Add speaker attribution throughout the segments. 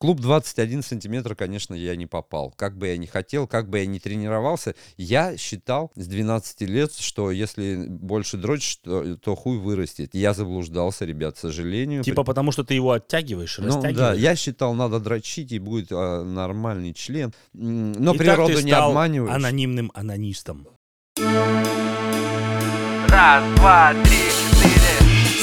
Speaker 1: клуб 21 сантиметра, конечно, я не попал. Как бы я ни хотел, как бы я ни тренировался, я считал с 12 лет, что если больше дрочишь, то, то хуй вырастет. Я заблуждался, ребят, к сожалению.
Speaker 2: Типа потому, что ты его оттягиваешь,
Speaker 1: Ну
Speaker 2: растягиваешь.
Speaker 1: да, я считал, надо дрочить, и будет а, нормальный член. М, Но
Speaker 2: И так
Speaker 1: природу
Speaker 2: ты
Speaker 1: не
Speaker 2: стал
Speaker 1: обманиваешь.
Speaker 2: анонимным анонистом.
Speaker 3: Раз, два, три, четыре.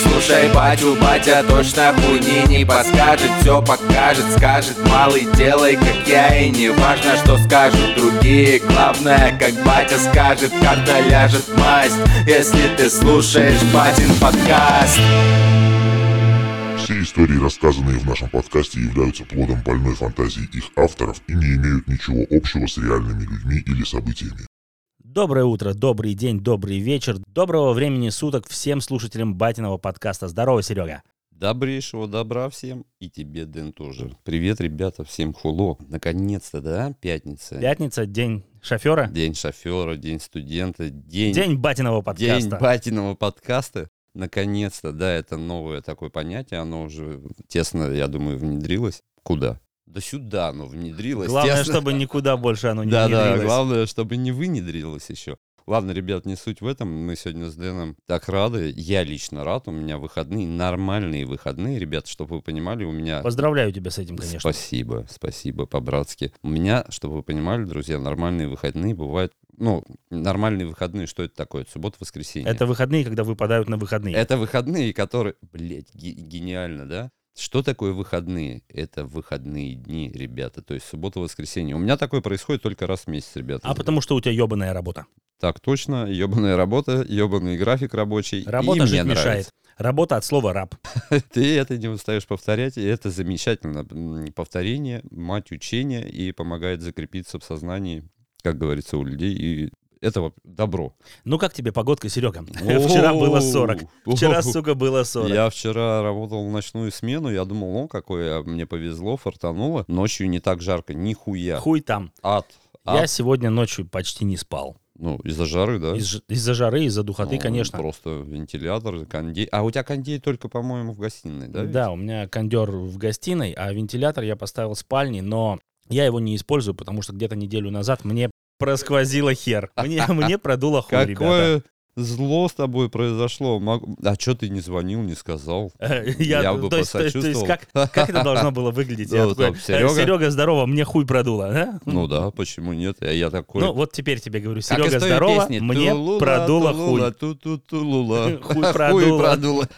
Speaker 4: Слушай, батю, батя точно хуйни не подскажет Все покажет, скажет, малый, делай, как я И не важно, что скажут другие Главное, как батя скажет, когда ляжет масть Если ты слушаешь батин подкаст
Speaker 5: Все истории, рассказанные в нашем подкасте, являются плодом больной фантазии их авторов и не имеют ничего общего с реальными людьми или событиями.
Speaker 2: Доброе утро, добрый день, добрый вечер, доброго времени суток всем слушателям Батиного подкаста. Здорово, Серега.
Speaker 1: Добрейшего добра всем и тебе, Дэн, тоже. Привет, ребята, всем хуло. Наконец-то, да, пятница.
Speaker 2: Пятница, день шофера,
Speaker 1: День шофера, день студента, день,
Speaker 2: день Батиного
Speaker 1: день
Speaker 2: подкаста.
Speaker 1: батиного подкаста. Наконец-то, да, это новое такое понятие, оно уже тесно, я думаю, внедрилось. Куда? Да сюда оно внедрилось.
Speaker 2: Главное,
Speaker 1: тесно.
Speaker 2: чтобы никуда больше оно не
Speaker 1: Да, да,
Speaker 2: внедрилось.
Speaker 1: главное, чтобы не вынедрилось еще. Ладно, ребят, не суть в этом. Мы сегодня с Дэном так рады. Я лично рад. У меня выходные, нормальные выходные, ребят, чтобы вы понимали, у меня...
Speaker 2: Поздравляю тебя с этим, конечно.
Speaker 1: Спасибо, спасибо по-братски. У меня, чтобы вы понимали, друзья, нормальные выходные бывают... Ну, нормальные выходные, что это такое? Это суббота, воскресенье.
Speaker 2: Это выходные, когда выпадают на выходные.
Speaker 1: Это выходные, которые... Блять, гениально, да? Что такое выходные? Это выходные дни, ребята. То есть суббота, воскресенье. У меня такое происходит только раз в месяц, ребята.
Speaker 2: А потому что у тебя ебаная работа.
Speaker 1: Так точно, ебаная работа, ебаный график рабочий. и
Speaker 2: Работа
Speaker 1: мне
Speaker 2: жить
Speaker 1: нравится.
Speaker 2: мешает. Работа от слова раб.
Speaker 1: Ты это не устаешь повторять, и это замечательно. М, Повторение, мать учения, и помогает закрепиться в сознании, как говорится, у людей, и это вот добро.
Speaker 2: Ну как тебе погодка, Серега? Вчера было 40.
Speaker 1: Оу,
Speaker 2: Вчера,
Speaker 1: оу.
Speaker 2: сука, было 40.
Speaker 1: Я вчера работал в ночную смену, я думал, о, какое, а мне повезло, фартануло. Ночью не так жарко, нихуя.
Speaker 2: Хуй там.
Speaker 1: Ад.
Speaker 2: Я
Speaker 1: Ад.
Speaker 2: сегодня ночью почти не спал.
Speaker 1: Ну, из-за жары, да?
Speaker 2: Из- Из-за жары, из-за духоты,
Speaker 1: Ну,
Speaker 2: конечно.
Speaker 1: Просто вентилятор, кондей. А у тебя кондей только, по-моему, в гостиной, да?
Speaker 2: Да,
Speaker 1: ведь?
Speaker 2: у меня кондер в гостиной, а вентилятор я поставил в спальне, но я его не использую, потому что где-то неделю назад мне просквозило хер. Мне, мне продуло хуй, ребята.
Speaker 1: Какое зло с тобой произошло. Мог- А что ты не звонил, не сказал?
Speaker 2: Э,
Speaker 1: Я бы
Speaker 2: то есть- то есть- то есть
Speaker 1: посочувствовал.
Speaker 2: как, как это должно было выглядеть? Я
Speaker 1: Ну,
Speaker 2: такой,
Speaker 1: там,
Speaker 2: «Э,
Speaker 1: Серега».
Speaker 2: Серега, здорово, мне хуй продуло. да?
Speaker 1: Ну да, почему нет? Я, я такой...
Speaker 2: Хм. Ну, вот теперь тебе говорю,
Speaker 1: Как из
Speaker 2: Серега,
Speaker 1: той
Speaker 2: здорово,
Speaker 1: песни.
Speaker 2: мне
Speaker 1: Тулула,
Speaker 2: продуло
Speaker 1: тулула,
Speaker 2: хуй.
Speaker 1: ту-ту-тулула.
Speaker 2: Хуй продуло.
Speaker 1: продуло.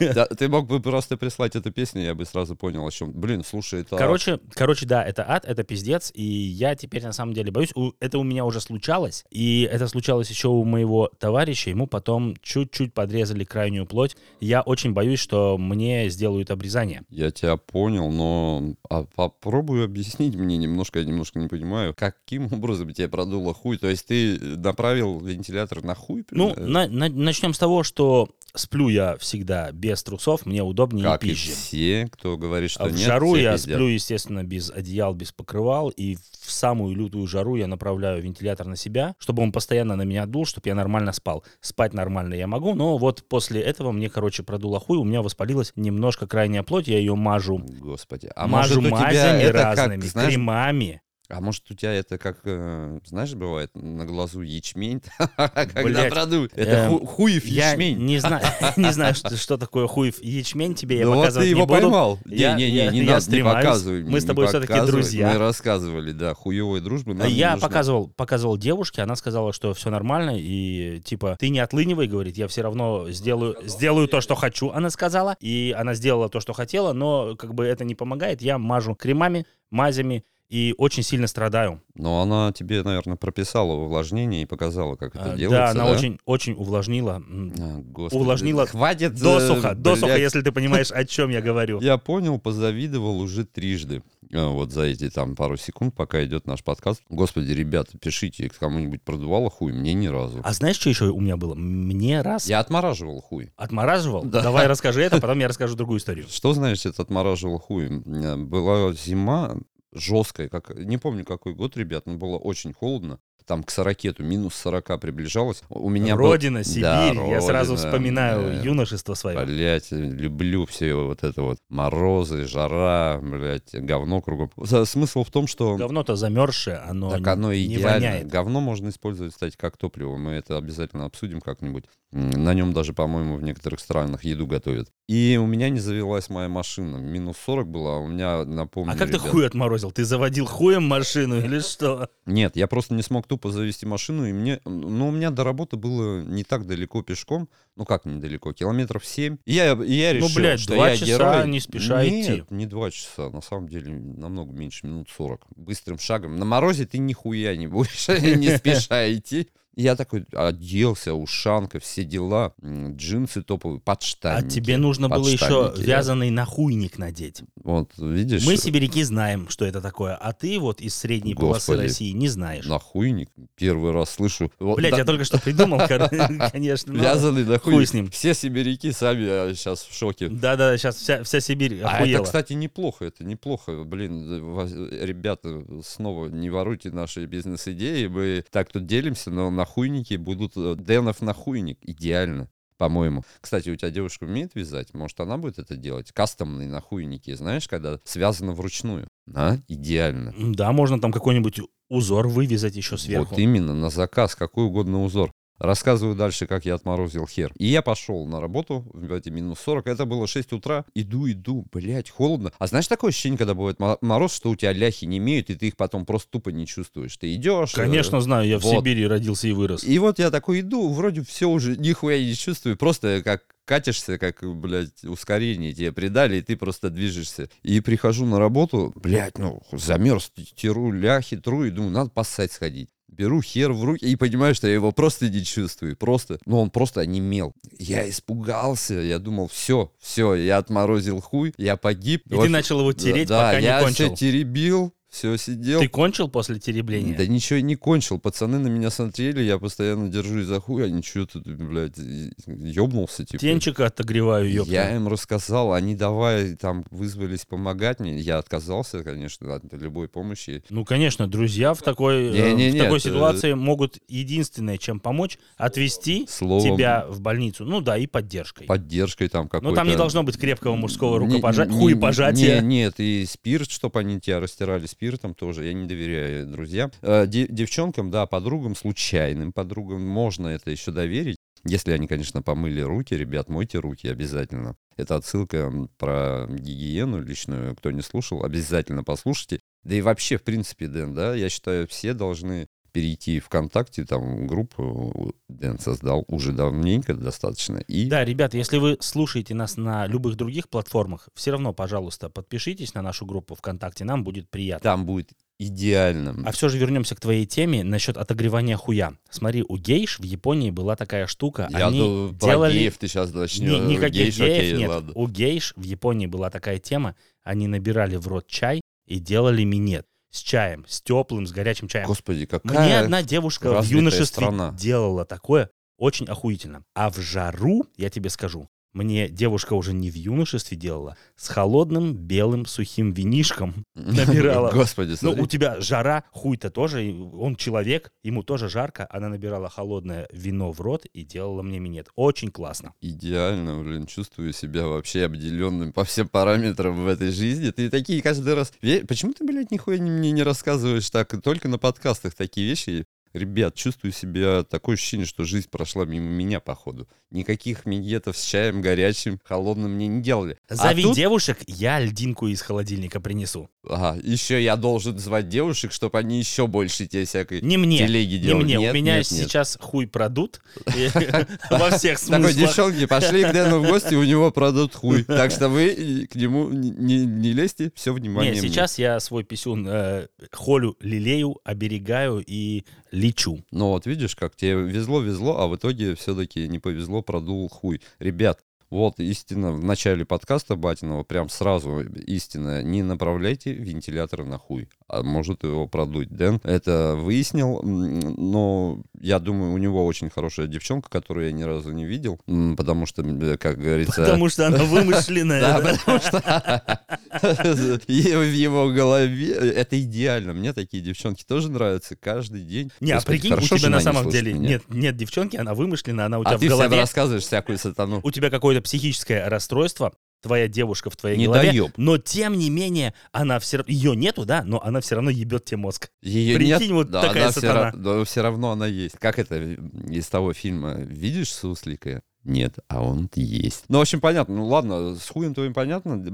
Speaker 1: Да, Ты мог бы просто прислать эту песню, я бы сразу понял, о чем. Блин, слушай, это...
Speaker 2: Короче, короче, да, это ад, это пиздец, и я теперь на самом деле боюсь. У- это у меня уже случалось, и это случалось еще у моего товарища. Ему потом чуть-чуть подрезали крайнюю плоть. Я очень боюсь, что мне сделают обрезание.
Speaker 1: Я тебя понял, но а попробуй объяснить мне немножко, я немножко не понимаю, каким образом тебе продуло хуй? То есть ты направил вентилятор на хуй?
Speaker 2: Ну,
Speaker 1: Э,
Speaker 2: на- на- начнем с того, что сплю я всегда без трусов, мне удобнее
Speaker 1: как
Speaker 2: и
Speaker 1: и
Speaker 2: пизже.
Speaker 1: все, кто говорит, что
Speaker 2: А в
Speaker 1: нет,
Speaker 2: жару
Speaker 1: все
Speaker 2: я
Speaker 1: пиздят.
Speaker 2: сплю, естественно, без одеял, без покрывал, и в самую лютую жару я направляю вентилятор на себя, чтобы он постоянно на меня дул, чтобы я нормально спал. Спать нормально я могу, но вот после этого мне, короче, продуло хуй, у меня воспалилась немножко крайняя плоть, я ее мажу,
Speaker 1: Господи. А
Speaker 2: мажу
Speaker 1: может у тебя
Speaker 2: мазями
Speaker 1: это
Speaker 2: разными,
Speaker 1: как, знаешь,
Speaker 2: кремами.
Speaker 1: а может у тебя это как, э, знаешь, бывает на глазу ячмень, когда
Speaker 2: Блядь.
Speaker 1: продует.
Speaker 2: Эм,
Speaker 1: Это ху- хуев
Speaker 2: Я
Speaker 1: ячмень.
Speaker 2: не знаю, не знаю, что, что такое хуев ячмень тебе, я
Speaker 1: Ну вот ты
Speaker 2: показывать не
Speaker 1: его
Speaker 2: буду.
Speaker 1: поймал.
Speaker 2: Я- я-
Speaker 1: Не-не-не,
Speaker 2: я
Speaker 1: не надо, не
Speaker 2: стремаюсь.
Speaker 1: показывай.
Speaker 2: Мы с
Speaker 1: не
Speaker 2: тобой всё-таки
Speaker 1: показывай.
Speaker 2: друзья.
Speaker 1: Мы рассказывали, да, хуевой дружбы. нам не
Speaker 2: А я
Speaker 1: нужно.
Speaker 2: показывал, показывал девушке, она сказала, что все нормально, и типа, ты не отлынивай, говорит, я все равно сделаю, сделаю то, что хочу, она сказала. И она сделала то, что хотела, но как бы это не помогает. Я мажу кремами, мазями и очень сильно страдаю.
Speaker 1: Но она тебе, наверное, прописала увлажнение и показала, как это
Speaker 2: А, да,
Speaker 1: делается.
Speaker 2: она очень, очень увлажнила. М,
Speaker 1: А, господи,
Speaker 2: увлажнила
Speaker 1: Хватит. э,
Speaker 2: Досуха, досуха,
Speaker 1: блядь.
Speaker 2: если ты понимаешь, о чем я говорю.
Speaker 1: Я понял, позавидовал уже трижды. Э, Вот за эти там пару секунд, пока идет наш подкаст. Господи, ребята, пишите, кому-нибудь продувало хуй, мне ни разу.
Speaker 2: А знаешь, что еще у меня было? Мне раз
Speaker 1: Я отмораживал хуй.
Speaker 2: отмораживал.
Speaker 1: Да.
Speaker 2: Давай расскажи это, потом я расскажу другую историю.
Speaker 1: Что значит это отмораживал хуй? Э, Была зима жесткая, как не помню какой год, ребят, но было очень холодно. там к 40, минус 40 приближалось. У меня был-
Speaker 2: Родина, Сибирь.
Speaker 1: Да,
Speaker 2: я сразу
Speaker 1: родина,
Speaker 2: вспоминаю
Speaker 1: да.
Speaker 2: юношество свое.
Speaker 1: Блять, люблю все вот это вот морозы, жара, блять, говно кругом. За- Смысл в том, что
Speaker 2: Говно-то замерзшее, оно,
Speaker 1: так оно
Speaker 2: не
Speaker 1: идеально.
Speaker 2: воняет.
Speaker 1: Говно можно использовать, кстати, как топливо. Мы это обязательно обсудим как-нибудь. М, На нем даже, по-моему, в некоторых странах еду готовят. И у меня не завелась моя машина. Минус 40 была, а у меня, напомню...
Speaker 2: А как ты
Speaker 1: ребят-
Speaker 2: хуй отморозил? Ты заводил хуем машину или что?
Speaker 1: Нет, я просто не смог тупо завести машину, и мне... Ну, у меня до работы было не так далеко пешком, ну как недалеко, километров 7. И я, и я
Speaker 2: Ну,
Speaker 1: решил,
Speaker 2: блядь,
Speaker 1: что
Speaker 2: два
Speaker 1: я
Speaker 2: часа
Speaker 1: герой.
Speaker 2: не спеша
Speaker 1: Нет,
Speaker 2: идти.
Speaker 1: не два часа, на самом деле намного меньше, минут 40. Быстрым шагом. На морозе ты нихуя не будешь, не спеша идти. Я такой оделся, ушанка, все дела, м, джинсы топовые,
Speaker 2: А
Speaker 1: подштанники.
Speaker 2: тебе нужно было еще
Speaker 1: подштанники, я-
Speaker 2: вязаный нахуйник надеть.
Speaker 1: Вот, видишь?
Speaker 2: Мы, сибиряки, знаем, что это такое, а ты вот из средней полосы
Speaker 1: Господи.
Speaker 2: России не знаешь.
Speaker 1: Нахуйник, первый раз слышу. Вот,
Speaker 2: Блять,
Speaker 1: да-
Speaker 2: я только что придумал, кор- конечно. ну,
Speaker 1: Вязаный нахуй.
Speaker 2: хуй с ним.
Speaker 1: Все сибиряки сами сейчас в шоке.
Speaker 2: Да-да, сейчас вся, вся Сибирь
Speaker 1: А это,
Speaker 2: охуела.
Speaker 1: кстати, неплохо, это неплохо. Блин, воз- ребята, снова не воруйте наши бизнес-идеи. Мы так тут делимся, но нахуйники будут... э, Дэнов нахуйник. Идеально, по-моему. Кстати, у тебя девушка умеет вязать? Может, она будет это делать? Кастомные нахуйники, знаешь, когда связано вручную. А? Идеально.
Speaker 2: Да, можно там какой-нибудь узор вывязать еще сверху.
Speaker 1: Вот именно, на заказ, какой угодно узор. Рассказываю дальше, как я отморозил хер. И я пошел на работу в эти минус 40. Это было 6 утра. Иду, иду, блядь, холодно. А знаешь, такое ощущение, когда бывает мо- мороз, что у тебя ляхи не имеют, и ты их потом просто тупо не чувствуешь. Ты идешь. э,
Speaker 2: Конечно, знаю, я в
Speaker 1: Вот.
Speaker 2: Сибири родился и вырос.
Speaker 1: И вот я такой иду, вроде все уже нихуя не чувствую. Просто как катишься, как, блядь, ускорение тебе придали, и ты просто движешься. И прихожу на работу, блядь, ну, замерз, теру ляхи, тру, и думаю, надо поссать сходить. Беру хер в руки и понимаю, что я его просто не чувствую. Просто, ну он просто онемел. Я испугался, я думал, все, все, я отморозил хуй, я погиб.
Speaker 2: И ты
Speaker 1: Вот,
Speaker 2: начал его тереть,
Speaker 1: да,
Speaker 2: пока
Speaker 1: я
Speaker 2: не кончил.
Speaker 1: все теребил, все сидел.
Speaker 2: Ты кончил после теребления?
Speaker 1: Да ничего и не кончил. Пацаны на меня смотрели, я постоянно держусь за хуй, они что тут, блядь, и- ёбнулся, типа.
Speaker 2: Тенчика отогреваю, ёпта.
Speaker 1: Я им рассказал, они давай там вызвались помогать мне. Я отказался, конечно, от любой помощи.
Speaker 2: Ну, конечно, друзья в такой, э,
Speaker 1: Не-не-не,
Speaker 2: в такой
Speaker 1: это-
Speaker 2: ситуации могут единственное, чем помочь, отвезти
Speaker 1: Словом,
Speaker 2: тебя в больницу. Ну да, и поддержкой.
Speaker 1: поддержкой там какой-то.
Speaker 2: Но там не должно быть крепкого мужского
Speaker 1: Не-
Speaker 2: рукопожатия,
Speaker 1: не-
Speaker 2: хуепожатия.
Speaker 1: не- Нет, и спирт, чтобы они тебя растирали спиртом тоже. Я не доверяю друзьям. Э, де- Девчонкам, да, подругам, случайным подругам можно это еще доверить. Если они, конечно, помыли руки, ребят, мойте руки обязательно. Это отсылка м, про гигиену личную. Кто не слушал, обязательно послушайте. Да и вообще, в принципе, Дэн, да, я считаю, все должны перейти ВКонтакте, там группу э, Дэн создал уже давненько достаточно. И
Speaker 2: Да, ребят, если вы слушаете нас на любых других платформах, все равно, пожалуйста, подпишитесь на нашу группу ВКонтакте, нам будет приятно.
Speaker 1: там будет идеально.
Speaker 2: А все же вернемся к твоей теме насчет отогревания хуя. Смотри, у гейш в Японии была такая штука.
Speaker 1: Я
Speaker 2: они
Speaker 1: думаю, про
Speaker 2: делали...
Speaker 1: геев ты сейчас
Speaker 2: Ни-
Speaker 1: начнешь.
Speaker 2: никаких
Speaker 1: Э, Гейш,
Speaker 2: геев
Speaker 1: окей,
Speaker 2: нет.
Speaker 1: ладно.
Speaker 2: У гейш в Японии была такая тема. Они набирали в рот чай и делали минет с чаем, с теплым, с горячим чаем.
Speaker 1: Господи, какая...
Speaker 2: Мне одна девушка в
Speaker 1: развитая
Speaker 2: юношестве
Speaker 1: страна.
Speaker 2: делала такое очень охуительно. А в жару, я тебе скажу, мне девушка уже не в юношестве делала, с холодным белым сухим винишком набирала.
Speaker 1: Господи,
Speaker 2: Ну,
Speaker 1: смотри.
Speaker 2: у тебя жара, хуй-то тоже, и он человек, ему тоже жарко. Она набирала холодное вино в рот и делала мне минет. Очень классно.
Speaker 1: Идеально, блин, чувствую себя вообще обделенным по всем параметрам в этой жизни. Ты такие каждый раз... Ве- Почему ты, блядь, нихуя не- мне не рассказываешь так? Только на подкастах такие вещи. Ребят, чувствую себя такое ощущение, что жизнь прошла мимо меня, походу. Никаких миньетов с чаем горячим, холодным мне не делали. А
Speaker 2: Зови
Speaker 1: тут-
Speaker 2: девушек, я льдинку из холодильника принесу.
Speaker 1: Ага, еще я должен звать девушек, чтобы они еще больше тебе всякой
Speaker 2: Не мне.
Speaker 1: телеги
Speaker 2: Не
Speaker 1: делали.
Speaker 2: мне, у
Speaker 1: Нет,
Speaker 2: меня
Speaker 1: нет, нет.
Speaker 2: сейчас хуй продут и- во всех
Speaker 1: Такой,
Speaker 2: смыслах.
Speaker 1: девчонки, пошли к Дэну в гости, у него продают хуй. Так что вы и к нему не, не- не лезьте, все внимание
Speaker 2: Не,
Speaker 1: мне.
Speaker 2: сейчас я свой писюн э, холю, лелею, оберегаю и лечу.
Speaker 1: Ну вот видишь, как тебе везло-везло, а в итоге все-таки не повезло, продул хуй. Ребят, вот истина в начале подкаста Батинова, прям сразу э, истина, не направляйте вентилятор на хуй, а может его продуть. Дэн это выяснил, м, но Я думаю, у него очень хорошая девчонка, которую я ни разу не видел, м, потому что, м, как говорится...
Speaker 2: Потому что она
Speaker 1: Да,
Speaker 2: вымышленная. да.
Speaker 1: потому что и в его голове это идеально. Мне такие девчонки тоже нравятся каждый день.
Speaker 2: Не, а
Speaker 1: Господи,
Speaker 2: прикинь, у
Speaker 1: хорошо,
Speaker 2: тебя
Speaker 1: жена
Speaker 2: на
Speaker 1: не
Speaker 2: самом
Speaker 1: слышит
Speaker 2: деле
Speaker 1: меня.
Speaker 2: нет, нет девчонки, она вымышленная, она у тебя
Speaker 1: А
Speaker 2: в
Speaker 1: ты всегда
Speaker 2: голове.
Speaker 1: рассказываешь всякую сатану.
Speaker 2: У тебя какое-то психическое расстройство, твоя девушка в твоей голове.
Speaker 1: Недоеб.
Speaker 2: Но тем не менее, она все равно... Ее нету, да, но она все равно ебет тебе мозг.
Speaker 1: Ее
Speaker 2: Прикинь,
Speaker 1: нет,
Speaker 2: вот
Speaker 1: да,
Speaker 2: такая
Speaker 1: она
Speaker 2: сатана.
Speaker 1: Все, ра- да, все равно она есть. Как это из того фильма «Видишь суслика?» Нет, а он есть. Ну, в общем, понятно. Ну, ладно, с хуем твоим понятно.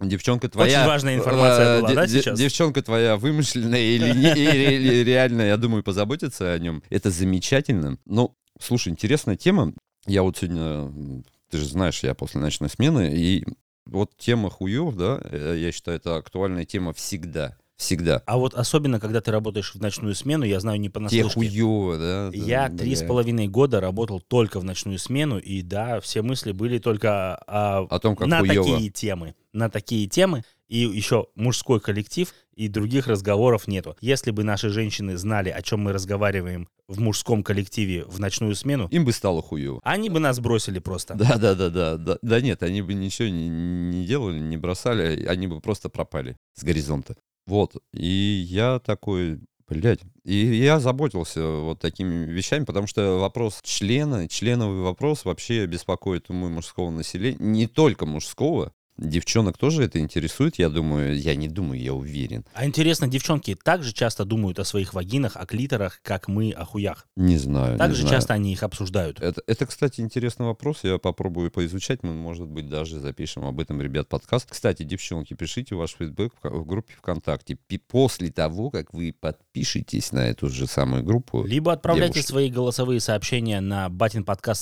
Speaker 1: Девчонка твоя...
Speaker 2: Очень важная информация
Speaker 1: э,
Speaker 2: была,
Speaker 1: де-
Speaker 2: да,
Speaker 1: де-
Speaker 2: сейчас?
Speaker 1: Девчонка твоя вымышленная или, не- или- или реально, я думаю, позаботиться о нем. Это замечательно. Но, слушай, интересная тема. Я вот сегодня... м, Ты же знаешь, я после ночной смены, и вот тема хуев, да, э, я считаю, это актуальная тема всегда. Всегда.
Speaker 2: А вот особенно, когда ты работаешь в ночную смену, я знаю не
Speaker 1: Те
Speaker 2: понаслышке.
Speaker 1: хуёво, да?
Speaker 2: А Я
Speaker 1: да,
Speaker 2: три с
Speaker 1: бля.
Speaker 2: половиной года работал только в ночную смену, и да, все мысли были только о-
Speaker 1: О том, как
Speaker 2: на
Speaker 1: хуёво.
Speaker 2: такие темы, на такие темы, и еще мужской коллектив, и других разговоров нету. Если бы наши женщины знали, о чем мы разговариваем в мужском коллективе в ночную смену,
Speaker 1: Им бы стало хуёво.
Speaker 2: они бы нас бросили просто.
Speaker 1: Да, да, да, да, да. Да нет, они бы ничего не, не делали, не бросали, они бы просто пропали с горизонта. Вот. И я такой, блядь. И я заботился вот такими вещами, потому что вопрос члена, членовый вопрос вообще беспокоит умы мужского населения. Не только мужского, девчонок тоже это интересует, я думаю, я не думаю, я уверен.
Speaker 2: А интересно, девчонки также часто думают о своих вагинах, о клиторах, как мы о хуях.
Speaker 1: Не знаю. не
Speaker 2: Также
Speaker 1: знаю.
Speaker 2: часто они их обсуждают.
Speaker 1: Это, это, кстати, интересный вопрос. Я попробую поизучать. Мы, может быть, даже запишем об этом, ребят, подкаст. Кстати, девчонки, пишите ваш фидбэк в, ко- в группе ВКонтакте. Пи- после того, как вы подпишетесь на эту же самую группу.
Speaker 2: Либо отправляйте
Speaker 1: девушки.
Speaker 2: свои голосовые сообщения на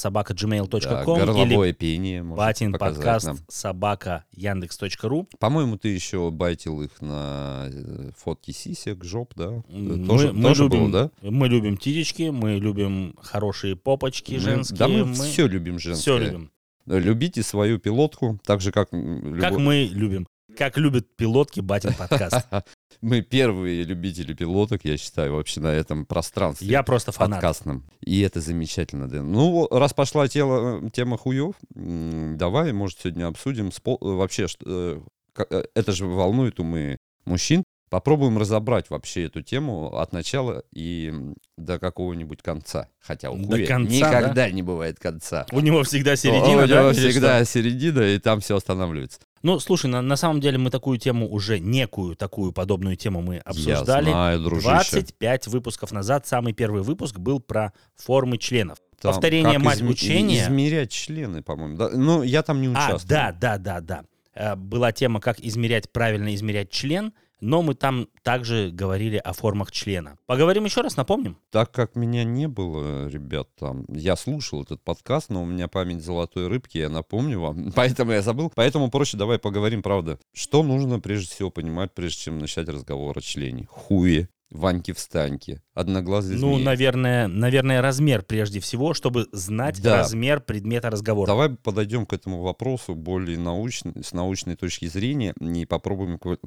Speaker 1: Да,
Speaker 2: batinpodcastsobaka.gmail.com или
Speaker 1: горловое пение можете
Speaker 2: Батин
Speaker 1: показать
Speaker 2: подкаст
Speaker 1: нам.
Speaker 2: собака яндекс.ру.
Speaker 1: По-моему, ты еще байтил их на э, фотки сисек, жоп, да? Э,
Speaker 2: Мы,
Speaker 1: тоже
Speaker 2: мы
Speaker 1: тоже было,
Speaker 2: любим,
Speaker 1: да?
Speaker 2: мы любим титечки, мы любим хорошие попочки
Speaker 1: Мы-
Speaker 2: женские.
Speaker 1: Да мы, все любим
Speaker 2: всё
Speaker 1: женское.
Speaker 2: любим.
Speaker 1: Любите свою пилотку, так же, как... м,
Speaker 2: Как
Speaker 1: любо-
Speaker 2: мы любим. Как любят пилотки Батин подкаст.
Speaker 1: Мы первые любители пилоток, я считаю, вообще на этом пространстве.
Speaker 2: Я просто фанат.
Speaker 1: подкастном. И это замечательно, Дэн. Ну, раз пошла тело, тема хуев, м, давай, может, сегодня обсудим спо- э, вообще, что, э, ка- э, это же волнует умы мужчин. Попробуем разобрать вообще эту тему от начала и м, до какого-нибудь конца. Хотя у
Speaker 2: До
Speaker 1: хуя
Speaker 2: конца,
Speaker 1: никогда не бывает конца.
Speaker 2: У него всегда
Speaker 1: У
Speaker 2: середина,
Speaker 1: него
Speaker 2: да? или что?
Speaker 1: всегда середина, и там все останавливается.
Speaker 2: Ну, слушай, на, на самом деле мы такую тему уже, некую такую подобную тему мы обсуждали.
Speaker 1: Я знаю, дружище.
Speaker 2: 25 выпусков назад самый первый выпуск был про формы членов.
Speaker 1: Там
Speaker 2: повторение
Speaker 1: как
Speaker 2: мать
Speaker 1: изме-
Speaker 2: учения.
Speaker 1: Измерять члены, по-моему. Да, ну, я там не
Speaker 2: А,
Speaker 1: участвовал.
Speaker 2: да, да, да, да. Э, Была тема, как измерять, правильно измерять член, но мы там также говорили о формах члена. Поговорим еще раз, напомним.
Speaker 1: Так как меня не было, ребят, там, я слушал этот подкаст, но у меня память золотой рыбки, я напомню вам, поэтому я забыл. Поэтому проще давай поговорим, правда. Что нужно прежде всего понимать, прежде чем начать разговор о члене? Хуе, ваньки-встаньки, одноглазые
Speaker 2: Ну,
Speaker 1: змеи.
Speaker 2: наверное, наверное, размер прежде всего, чтобы знать
Speaker 1: Да.
Speaker 2: размер предмета разговора.
Speaker 1: Давай подойдем к этому вопросу более научно, с научной точки зрения и попробуем кла-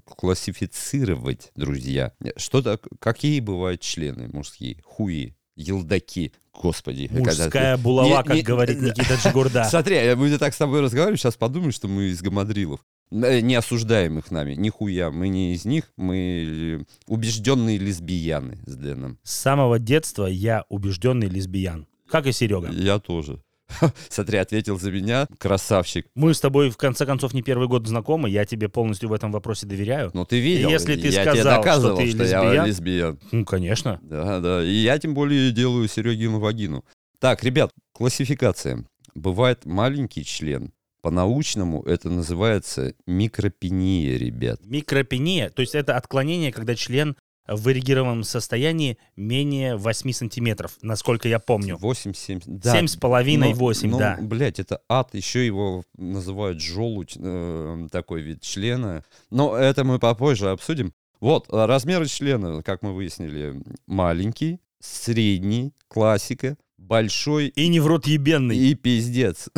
Speaker 1: классифицировать, друзья. Что так, какие бывают члены мужские? Хуи, елдаки, господи. когда ты-
Speaker 2: Мужская булава,
Speaker 1: Не-
Speaker 2: как
Speaker 1: не-
Speaker 2: говорит Никита Джигурда.
Speaker 1: Смотри, я- мы так с тобой разговариваем, сейчас подумаем, что мы из гамадрилов. Э, Не осуждаем их нами, нихуя, мы не из них, мы убежденные лесбияны с Дэном.
Speaker 2: С самого детства я убежденный лесбиян. Как и Серега.
Speaker 1: Я тоже. Смотри, ответил за меня, красавчик.
Speaker 2: Мы с тобой, в конце концов, не первый год знакомы. Я тебе полностью в этом вопросе доверяю.
Speaker 1: Ну ты видел,
Speaker 2: Если ты
Speaker 1: я тебе
Speaker 2: сказал,
Speaker 1: доказывал,
Speaker 2: что ты
Speaker 1: я
Speaker 2: лесбиян.
Speaker 1: лесбиян.
Speaker 2: Ну, конечно.
Speaker 1: Да, да, и я тем более делаю Серегину вагину. Так, ребят, классификация. Бывает маленький член, по-научному это называется микропения, ребят.
Speaker 2: Микропения, то есть это отклонение, когда член в эрегированном состоянии менее 8 сантиметров, насколько я помню.
Speaker 1: 8-7. Да,
Speaker 2: Семь с половиной,
Speaker 1: Ну,
Speaker 2: 8,
Speaker 1: ну,
Speaker 2: да.
Speaker 1: блядь, это ад. Еще его называют желудь, э, такой вид члена. Но это мы попозже обсудим. Вот, а, размеры члена, как мы выяснили, маленький, средний, классика, большой
Speaker 2: И не в рот ебенный.
Speaker 1: и пиздец.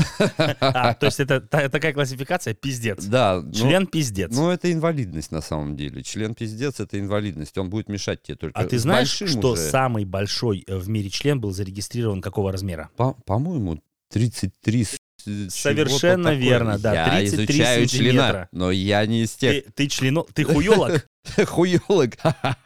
Speaker 2: А, то есть это та- такая классификация пиздец.
Speaker 1: Да. ну,
Speaker 2: Член пиздец.
Speaker 1: Ну, это инвалидность на самом деле. Член пиздец это инвалидность. Он будет мешать тебе только.
Speaker 2: А ты
Speaker 1: с
Speaker 2: знаешь,
Speaker 1: большим
Speaker 2: что
Speaker 1: уже.
Speaker 2: самый большой э, в мире член был зарегистрирован какого размера?
Speaker 1: По- По-моему, 33 с- чего-то
Speaker 2: Совершенно
Speaker 1: такое.
Speaker 2: верно, да,
Speaker 1: Я
Speaker 2: 33
Speaker 1: изучаю члена,
Speaker 2: сантиметра.
Speaker 1: но я не из
Speaker 2: Ты,
Speaker 1: тех
Speaker 2: ты члено... Ты хуёлок?
Speaker 1: хуёлок.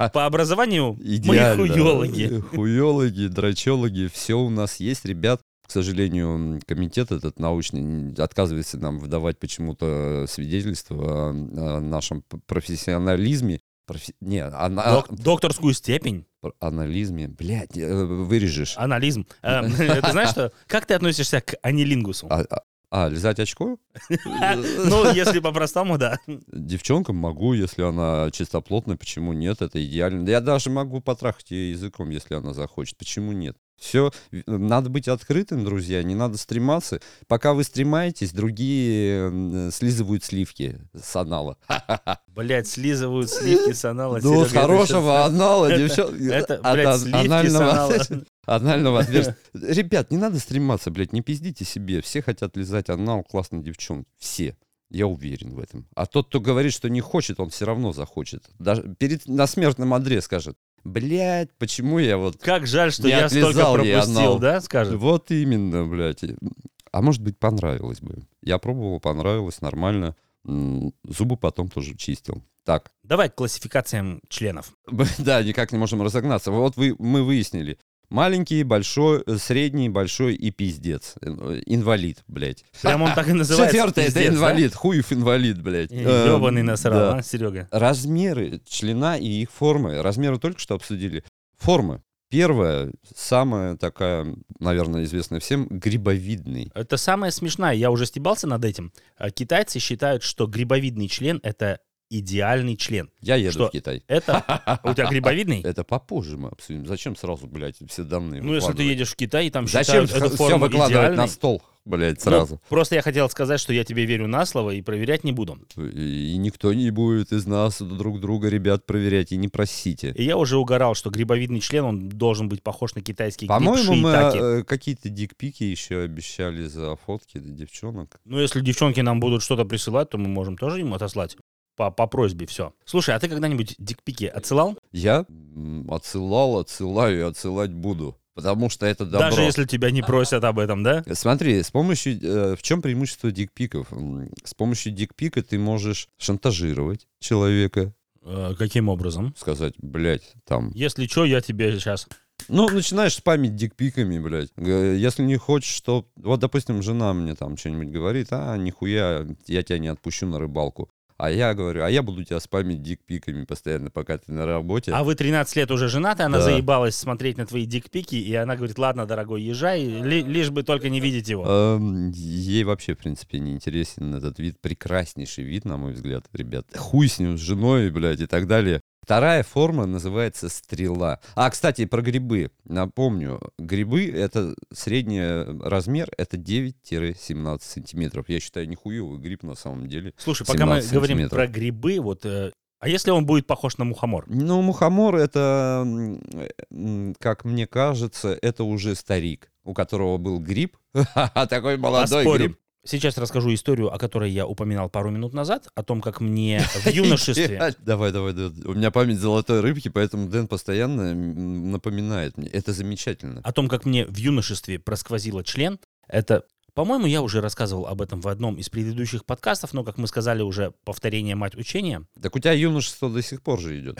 Speaker 2: По образованию
Speaker 1: А. Идеально.
Speaker 2: мы хуёлоги.
Speaker 1: Хуёлоги, драчёлоги, все у нас есть, ребят. К сожалению, м, комитет этот научный н- отказывается нам выдавать почему-то свидетельство о, о нашем п- профессионализме. Профи- Не, ана-
Speaker 2: Док- докторскую степень,
Speaker 1: про- анализме, блядь, э, вырежешь.
Speaker 2: анализм. Э, Ты знаешь, что? Как ты относишься к анилингусу?
Speaker 1: А, а- а, лизать очко?
Speaker 2: Ну, если по-простому, да.
Speaker 1: Девчонкам могу, если она чистоплотная, почему нет, это идеально. Да Я даже могу потрахать ее языком, если она захочет, почему нет. Все, надо быть открытым, друзья, не надо стрематься. Пока вы стремаетесь, другие м, э, слизывают сливки с анала.
Speaker 2: Блять, слизывают сливки с анала.
Speaker 1: Ну,
Speaker 2: Серёга,
Speaker 1: с
Speaker 2: это
Speaker 1: хорошего
Speaker 2: щас-
Speaker 1: анала,
Speaker 2: это-
Speaker 1: девчонки.
Speaker 2: Это,
Speaker 1: от
Speaker 2: блядь,
Speaker 1: ан-
Speaker 2: сливки с
Speaker 1: анального-
Speaker 2: анала.
Speaker 1: Анального отверстия. Ребят, не надо стрематься, блядь, не пиздите себе. Все хотят лизать анал, классные девчонки. Все. Я уверен в этом. А тот, кто говорит, что не хочет, он все равно захочет. Даже перед, на смертном одре скажет, блядь, почему я вот...
Speaker 2: Как жаль, что
Speaker 1: Не
Speaker 2: я столько
Speaker 1: отлизал ей
Speaker 2: пропустил,
Speaker 1: анал.
Speaker 2: да, скажем?
Speaker 1: Вот именно, блядь. А может быть, понравилось бы. Я пробовал, понравилось, нормально. М, Зубы потом тоже чистил. Так,
Speaker 2: Давай к классификациям членов.
Speaker 1: Да, никак не можем разогнаться. Вот вы, мы выяснили. Маленький, большой, э, средний, большой и пиздец. Э, э, Инвалид, блядь.
Speaker 2: Прям он так и называется.
Speaker 1: Четвертый это
Speaker 2: пиздец, да?
Speaker 1: инвалид, хуев инвалид, блядь. Эм,
Speaker 2: Ебаный
Speaker 1: да.
Speaker 2: насрал, а, Серега?
Speaker 1: Размеры члена и их формы. Размеры только что обсудили. Формы. Первая, самая такая, наверное, известная всем, грибовидный.
Speaker 2: Это самое смешное, я уже стебался над этим. А, Китайцы считают, что грибовидный член — это идеальный член.
Speaker 1: Я еду
Speaker 2: Что?
Speaker 1: в Китай.
Speaker 2: Это... У тебя грибовидный?
Speaker 1: Это попозже мы обсудим. Зачем сразу, блядь, все данные
Speaker 2: Ну, если ты
Speaker 1: выкладывать?
Speaker 2: едешь в Китай, и там
Speaker 1: Зачем
Speaker 2: считают эту
Speaker 1: все
Speaker 2: форму
Speaker 1: выкладывать
Speaker 2: идеальной.
Speaker 1: на стол, блядь,
Speaker 2: Ну,
Speaker 1: сразу?
Speaker 2: просто я хотел сказать, что я тебе верю на слово и проверять не буду.
Speaker 1: И никто не будет из нас друг друга, ребят, проверять, и не просите.
Speaker 2: И я уже угорал, что грибовидный член, он должен быть похож на китайский гриб
Speaker 1: По-моему, мы
Speaker 2: шиитаке.
Speaker 1: э, какие-то дикпики еще обещали за фотки девчонок.
Speaker 2: Ну, если девчонки нам будут что-то присылать, то мы можем тоже им отослать. По, по просьбе, все. Слушай, а ты когда-нибудь дикпики отсылал?
Speaker 1: Я м, отсылал, отсылаю и отсылать буду. Потому что это добро.
Speaker 2: Даже если тебя не просят об этом, да?
Speaker 1: Смотри, с помощью э, в чем преимущество дикпиков? М, С помощью дикпика ты можешь шантажировать человека,
Speaker 2: Э, каким образом?
Speaker 1: сказать, блядь, там.
Speaker 2: Если что, я тебе сейчас...
Speaker 1: Ну, начинаешь спамить дикпиками, блядь. Г- Если не хочешь, что... Вот, допустим, жена мне там что-нибудь говорит, а, нихуя, я тебя не отпущу на рыбалку. А я говорю, а я буду тебя спамить дикпиками постоянно, пока ты на работе.
Speaker 2: А вы 13 лет уже женаты, она
Speaker 1: Да.
Speaker 2: заебалась смотреть на твои дикпики, и она говорит, ладно, дорогой, езжай, ли- лишь бы только не видеть его.
Speaker 1: Эм, ей вообще, в принципе, не интересен этот вид. Прекраснейший вид, на мой взгляд, ребят. Хуй с ним, с женой, блядь, и так далее. Вторая форма называется стрела. А, кстати, про грибы. Напомню, грибы — это средний размер, это 9-17 сантиметров. Я считаю, нихуевый гриб на самом деле.
Speaker 2: Слушай, пока мы
Speaker 1: 17
Speaker 2: говорим
Speaker 1: сантиметров.
Speaker 2: про грибы, вот... э, а если он будет похож на мухомор?
Speaker 1: Ну, мухомор — это, м, э, м, как мне кажется, это уже старик, у которого был гриб. Такой молодой
Speaker 2: Поспорим.
Speaker 1: гриб.
Speaker 2: Сейчас расскажу историю, о которой я упоминал пару минут назад, о том, как мне в юношестве...
Speaker 1: Давай, давай, давай. У меня память золотой рыбки, поэтому Дэн постоянно м, напоминает мне. Это замечательно.
Speaker 2: о том, как мне в юношестве просквозило член, это, по-моему, я уже рассказывал об этом в одном из предыдущих подкастов, но, как мы сказали, уже повторение мать учения.
Speaker 1: Так у тебя юношество до сих пор же идет.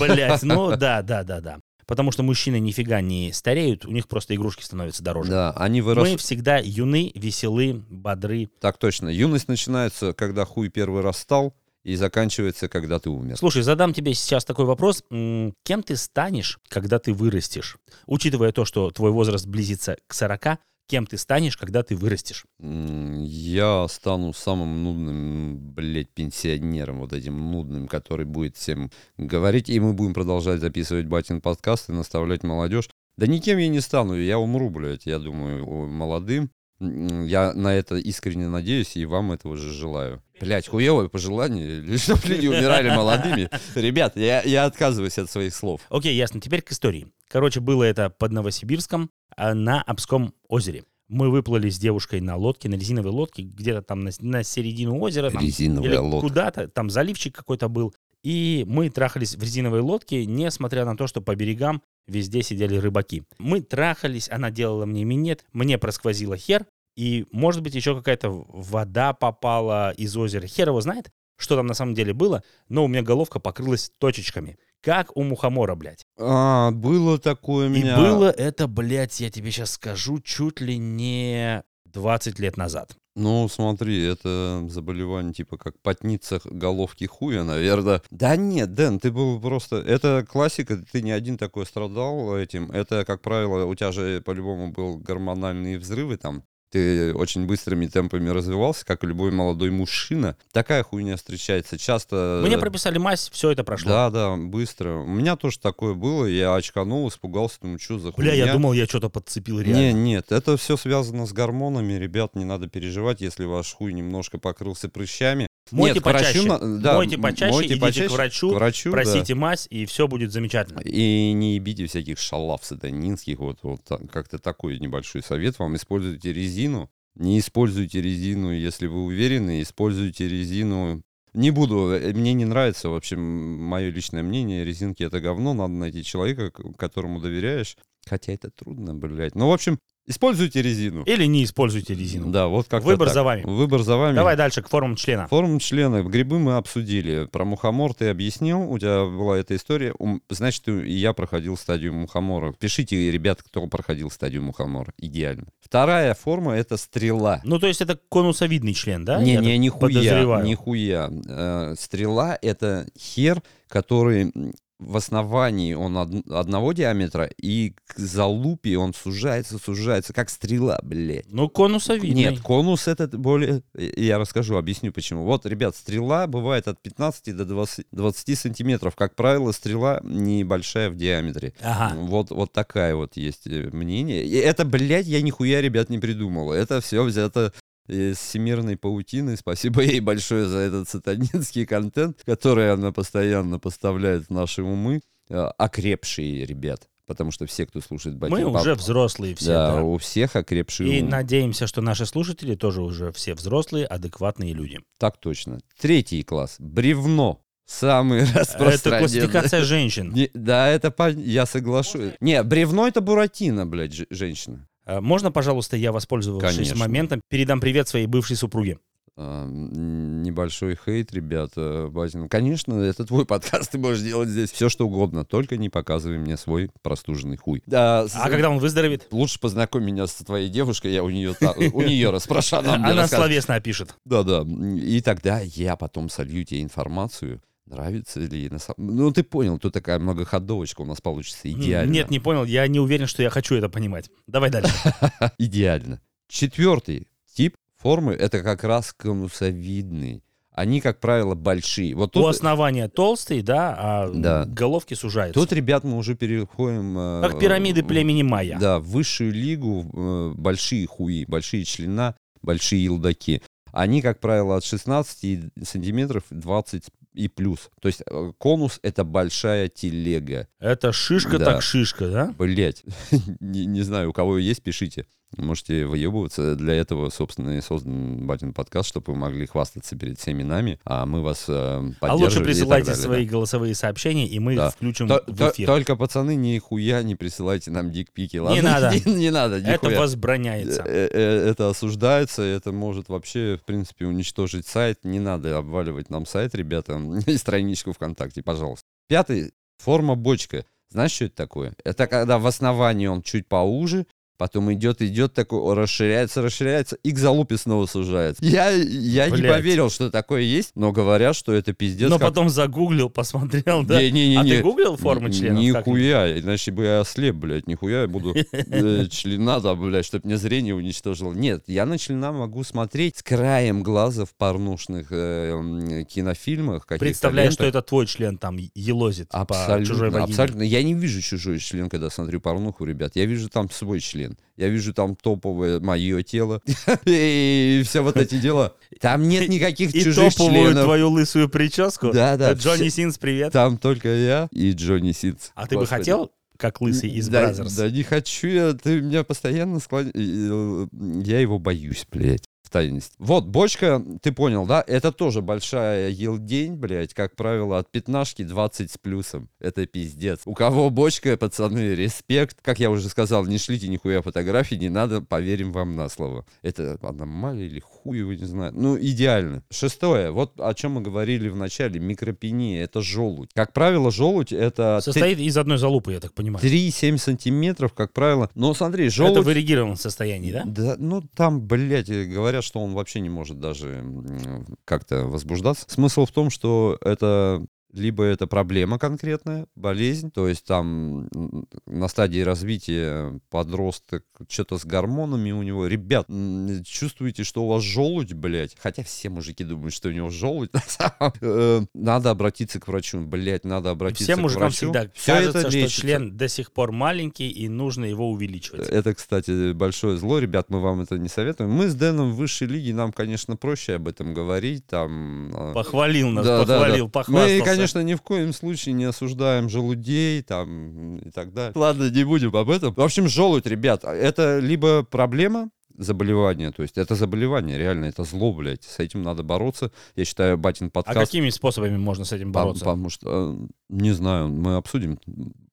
Speaker 2: Блять, ну да, да, да, да. Потому что мужчины нифига не стареют, у них просто игрушки становятся дороже.
Speaker 1: Да, они
Speaker 2: Мы
Speaker 1: выросли.
Speaker 2: всегда юны, веселы, бодры.
Speaker 1: Так точно. Юность начинается, когда хуй первый раз стал, и заканчивается, когда ты умер.
Speaker 2: Слушай, задам тебе сейчас такой вопрос. М, Кем ты станешь, когда ты вырастешь? Учитывая то, что твой возраст близится к 40, кем ты станешь, когда ты вырастешь?
Speaker 1: М, Я стану самым нудным, блядь, пенсионером, вот этим нудным, который будет всем говорить, и мы будем продолжать записывать батин подкаст и наставлять молодежь. Да никем я не стану, я умру, блядь, я думаю, о, молодым. М, Я на это искренне надеюсь, и вам этого же желаю. Блять, хуевое пожелание, чтобы люди умирали молодыми. Ребят, я, я отказываюсь от своих слов.
Speaker 2: Окей, ясно. Теперь к истории. Короче, было это под Новосибирском а, на Обском озере. Мы выплыли с девушкой на лодке, на резиновой лодке, где-то там на, с- на середину озера. там,
Speaker 1: Резиновая
Speaker 2: или
Speaker 1: лодка.
Speaker 2: куда-то, там заливчик какой-то был. И мы трахались в резиновой лодке, несмотря на то, что по берегам везде сидели рыбаки. Мы трахались, она делала мне минет, мне просквозила хер, и, может быть, еще какая-то вода попала из озера. Хер его знает, что там на самом деле было, но у меня головка покрылась точечками. Как у мухомора, блядь.
Speaker 1: А, было такое у меня.
Speaker 2: И было это, блядь, я тебе сейчас скажу, чуть ли не 20 лет назад.
Speaker 1: Ну, смотри, это заболевание типа как потница головки хуя, наверное. Да нет, Дэн, ты был просто... Это классика, ты не один такой страдал этим. Это, как правило, у тебя же по-любому был гормональные взрывы там. Ты очень быстрыми темпами развивался, как и любой молодой мужчина. Такая хуйня встречается часто.
Speaker 2: Мне прописали мазь, все это прошло.
Speaker 1: Э, Да, да, быстро. У меня тоже такое было. Я очканул, испугался, думаю, что за хуйня.
Speaker 2: Бля, я думал, я что-то подцепил
Speaker 1: Не,
Speaker 2: реально.
Speaker 1: нет, это все связано с гормонами, ребят, не надо переживать, если ваш хуй немножко покрылся прыщами.
Speaker 2: Мойте
Speaker 1: Нет, к врачу
Speaker 2: почаще.
Speaker 1: на- да,
Speaker 2: мойте
Speaker 1: м-
Speaker 2: почаще,
Speaker 1: мойте
Speaker 2: идите к
Speaker 1: почаще,
Speaker 2: врачу,
Speaker 1: к врачу, да.
Speaker 2: просите мазь, и все будет замечательно.
Speaker 1: И не ебите всяких шалав сатанинских, вот, вот та- как-то такой небольшой совет вам. Используйте резину, не используйте резину, если вы уверены, используйте резину. Не буду, э, мне не нравится, в общем, мое личное мнение, резинки это говно, надо найти человека, к- которому доверяешь. Хотя это трудно, блядь. Ну, в общем, используйте резину.
Speaker 2: Или не используйте резину.
Speaker 1: Да, вот как
Speaker 2: Выбор за вами.
Speaker 1: Выбор за вами.
Speaker 2: Давай дальше к формам члена.
Speaker 1: Форму члена, А. грибы мы обсудили. Про мухомор ты объяснил, у тебя была эта история. Ум- Значит, и я проходил стадию мухомора. Пишите, ребят, кто проходил стадию мухомора. Идеально. Вторая форма — это стрела.
Speaker 2: Ну, то есть это конусовидный член, да?
Speaker 1: не,
Speaker 2: Я
Speaker 1: не,
Speaker 2: так
Speaker 1: нихуя,
Speaker 2: подозреваю.
Speaker 1: нихуя. Э, стрела — это хер, который м, в основании он од- одного диаметра, и к залупе он сужается, сужается, как стрела, блядь.
Speaker 2: Ну, конусовидный.
Speaker 1: Нет, конус этот более... э, Я расскажу, объясню почему. Вот, ребят, стрела бывает от 15 до 20, 20 сантиметров. Как правило, стрела небольшая в диаметре.
Speaker 2: Ага.
Speaker 1: Вот, вот такая вот есть э, мнение. И это, блядь, я нихуя, ребят, не придумал. Это все взято из всемирной паутины. Спасибо ей большое за этот сатанинский контент, который она постоянно поставляет в наши умы. Э, Окрепшие, ребят. Потому что все, кто слушает
Speaker 2: Мы
Speaker 1: Батин Пап-
Speaker 2: уже взрослые все,
Speaker 1: да,
Speaker 2: да.
Speaker 1: у всех окрепшие
Speaker 2: И
Speaker 1: умы.
Speaker 2: надеемся, что наши слушатели тоже уже все взрослые, адекватные люди.
Speaker 1: Так точно. Третий класс. Бревно. Самый
Speaker 2: Это
Speaker 1: распространенный.
Speaker 2: классификация женщин.
Speaker 1: Не- да, это пон- я соглашусь. Не, бревно это буратино, блядь, же- женщина.
Speaker 2: А, Можно, пожалуйста, я воспользовавшись
Speaker 1: Конечно.
Speaker 2: моментом, передам привет своей бывшей супруге?
Speaker 1: А, м, небольшой хейт, ребята, Базин. Конечно, это твой подкаст, ты можешь делать здесь все, что угодно, только не показывай мне свой простуженный хуй. Да, с-
Speaker 2: А когда он выздоровеет,
Speaker 1: Лучше познакомь меня с твоей девушкой, я у нее, та- у нее распрошу, она мне
Speaker 2: она
Speaker 1: расскажет.
Speaker 2: словесно опишет.
Speaker 1: Да-да. И тогда я потом солью тебе информацию, нравится ли на самом... Ну, ты понял, тут такая многоходовочка у нас получится идеально.
Speaker 2: Нет, не понял. Я не уверен, что я хочу это понимать. Давай дальше.
Speaker 1: а, Идеально. Четвертый тип формы — это как раз конусовидные. Они, как правило, большие. Вот
Speaker 2: У
Speaker 1: тут,
Speaker 2: основания толстый, да, а
Speaker 1: Да.
Speaker 2: головки сужаются.
Speaker 1: тут ребят, мы уже переходим... э,
Speaker 2: как пирамиды
Speaker 1: в-
Speaker 2: племени Майя.
Speaker 1: Да, в высшую лигу э, большие хуи, большие члена, большие елдаки. Они, как правило, от 16 и- сантиметров 20 и плюс. То есть э, конус — это большая телега.
Speaker 2: Это шишка
Speaker 1: Да.
Speaker 2: так шишка, да?
Speaker 1: Блять, не, не знаю, у кого есть, пишите. Можете выебываться. Для этого, собственно, и создан Батин подкаст, чтобы вы могли хвастаться перед всеми нами, а мы вас э, поддерживали.
Speaker 2: А лучше
Speaker 1: и так
Speaker 2: присылайте
Speaker 1: далее,
Speaker 2: свои голосовые сообщения, и мы
Speaker 1: Да.
Speaker 2: их включим
Speaker 1: да. То-
Speaker 2: в
Speaker 1: то-
Speaker 2: эфир.
Speaker 1: Только, пацаны, нихуя не присылайте нам дикпики, ладно?
Speaker 2: надо.
Speaker 1: не, не надо,
Speaker 2: это
Speaker 1: нихуя.
Speaker 2: возбраняется.
Speaker 1: Э, э, Это осуждается, это может вообще, в принципе, уничтожить сайт. Не надо обваливать нам сайт, ребята, и страничку ВКонтакте, пожалуйста. Пятый — форма бочка. Знаешь, что это такое? Это когда в основании он чуть поуже, потом идет, идет такой, о, расширяется, расширяется, и к залупе снова сужается. Я, я не
Speaker 2: Блядь.
Speaker 1: поверил, что такое есть, но говорят, что это пиздец.
Speaker 2: Но
Speaker 1: как-
Speaker 2: потом загуглил, посмотрел, да?
Speaker 1: Не-не-не-не.
Speaker 2: а ты гуглил формы
Speaker 1: Н-
Speaker 2: членов? Как-
Speaker 1: Нихуя, иначе бы я ослеп, блядь, нихуя я буду э, члена там, блядь, чтобы мне зрение уничтожило. Нет, я на члена могу смотреть с краем глаза в порнушных э, м, кинофильмах. каких-то
Speaker 2: Представляешь, что
Speaker 1: лентах.
Speaker 2: это твой член там елозит по чужой
Speaker 1: Абсолютно,
Speaker 2: вагине.
Speaker 1: абсолютно. Я не вижу чужой член, когда смотрю порнуху, ребят. Я вижу там свой член. Я вижу там топовое мое тело. И все вот эти дела. Там нет никаких
Speaker 2: И
Speaker 1: чужих
Speaker 2: топовую
Speaker 1: членов.
Speaker 2: твою лысую прическу. Э,
Speaker 1: Да, да,
Speaker 2: Джонни
Speaker 1: все-
Speaker 2: Синс, привет.
Speaker 1: Там только я и Джонни Синс.
Speaker 2: А ты бы
Speaker 1: Господи.
Speaker 2: хотел как лысый из
Speaker 1: да,
Speaker 2: Бразерс.
Speaker 1: Да не хочу я, ты меня постоянно склоняешь. Я его боюсь, блядь. в тайности. Вот, бочка, ты понял, да? Это тоже большая елдень, блядь, как правило, от пятнашки 20 с плюсом. Это пиздец. У кого бочка, пацаны, респект. Как я уже сказал, не шлите нихуя фотографии, не надо, поверим вам на слово. Это аномалия или хуй его не знаю. Ну, идеально. Шестое, вот о чем мы говорили в начале, микропения, это желудь. Как правило, желудь это... три-
Speaker 2: Состоит из одной залупы, я так понимаю.
Speaker 1: 3-7 сантиметров, как правило. Но смотри, желудь...
Speaker 2: Это в эрегированном состоянии, да?
Speaker 1: Да, ну там, блядь, э, говорят, что он вообще не может даже м, как-то возбуждаться. Смысл в том, что это либо это проблема конкретная, болезнь, то есть там м, на стадии развития подросток что-то с гормонами у него. Ребят, м, чувствуете, что у вас желудь, блядь? Хотя все мужики думают, что у него желудь. на самом- Э, Надо обратиться к врачу, блядь, надо обратиться
Speaker 2: Всем
Speaker 1: к
Speaker 2: мужикам
Speaker 1: врачу.
Speaker 2: всегда
Speaker 1: Всё
Speaker 2: кажется, что
Speaker 1: лечится. Э,
Speaker 2: член до сих пор маленький, и нужно его увеличивать.
Speaker 1: Это, кстати, большое зло, ребят, мы вам это не советуем. Мы с Дэном в высшей лиге, нам, конечно, проще об этом говорить, там... а,
Speaker 2: Похвалил нас,
Speaker 1: да, да, да.
Speaker 2: похвалил, похвастался.
Speaker 1: Мы, конечно, ни в коем случае не осуждаем желудей там и так далее. Ладно, не будем об этом. В общем, желудь, ребят, это либо проблема, заболевание, то есть это заболевание, реально, это зло, блядь, с этим надо бороться. Я считаю, батин
Speaker 2: А
Speaker 1: подкаст...
Speaker 2: какими способами можно с этим
Speaker 1: Пом-
Speaker 2: бороться?
Speaker 1: Потому что, э, не знаю, мы обсудим,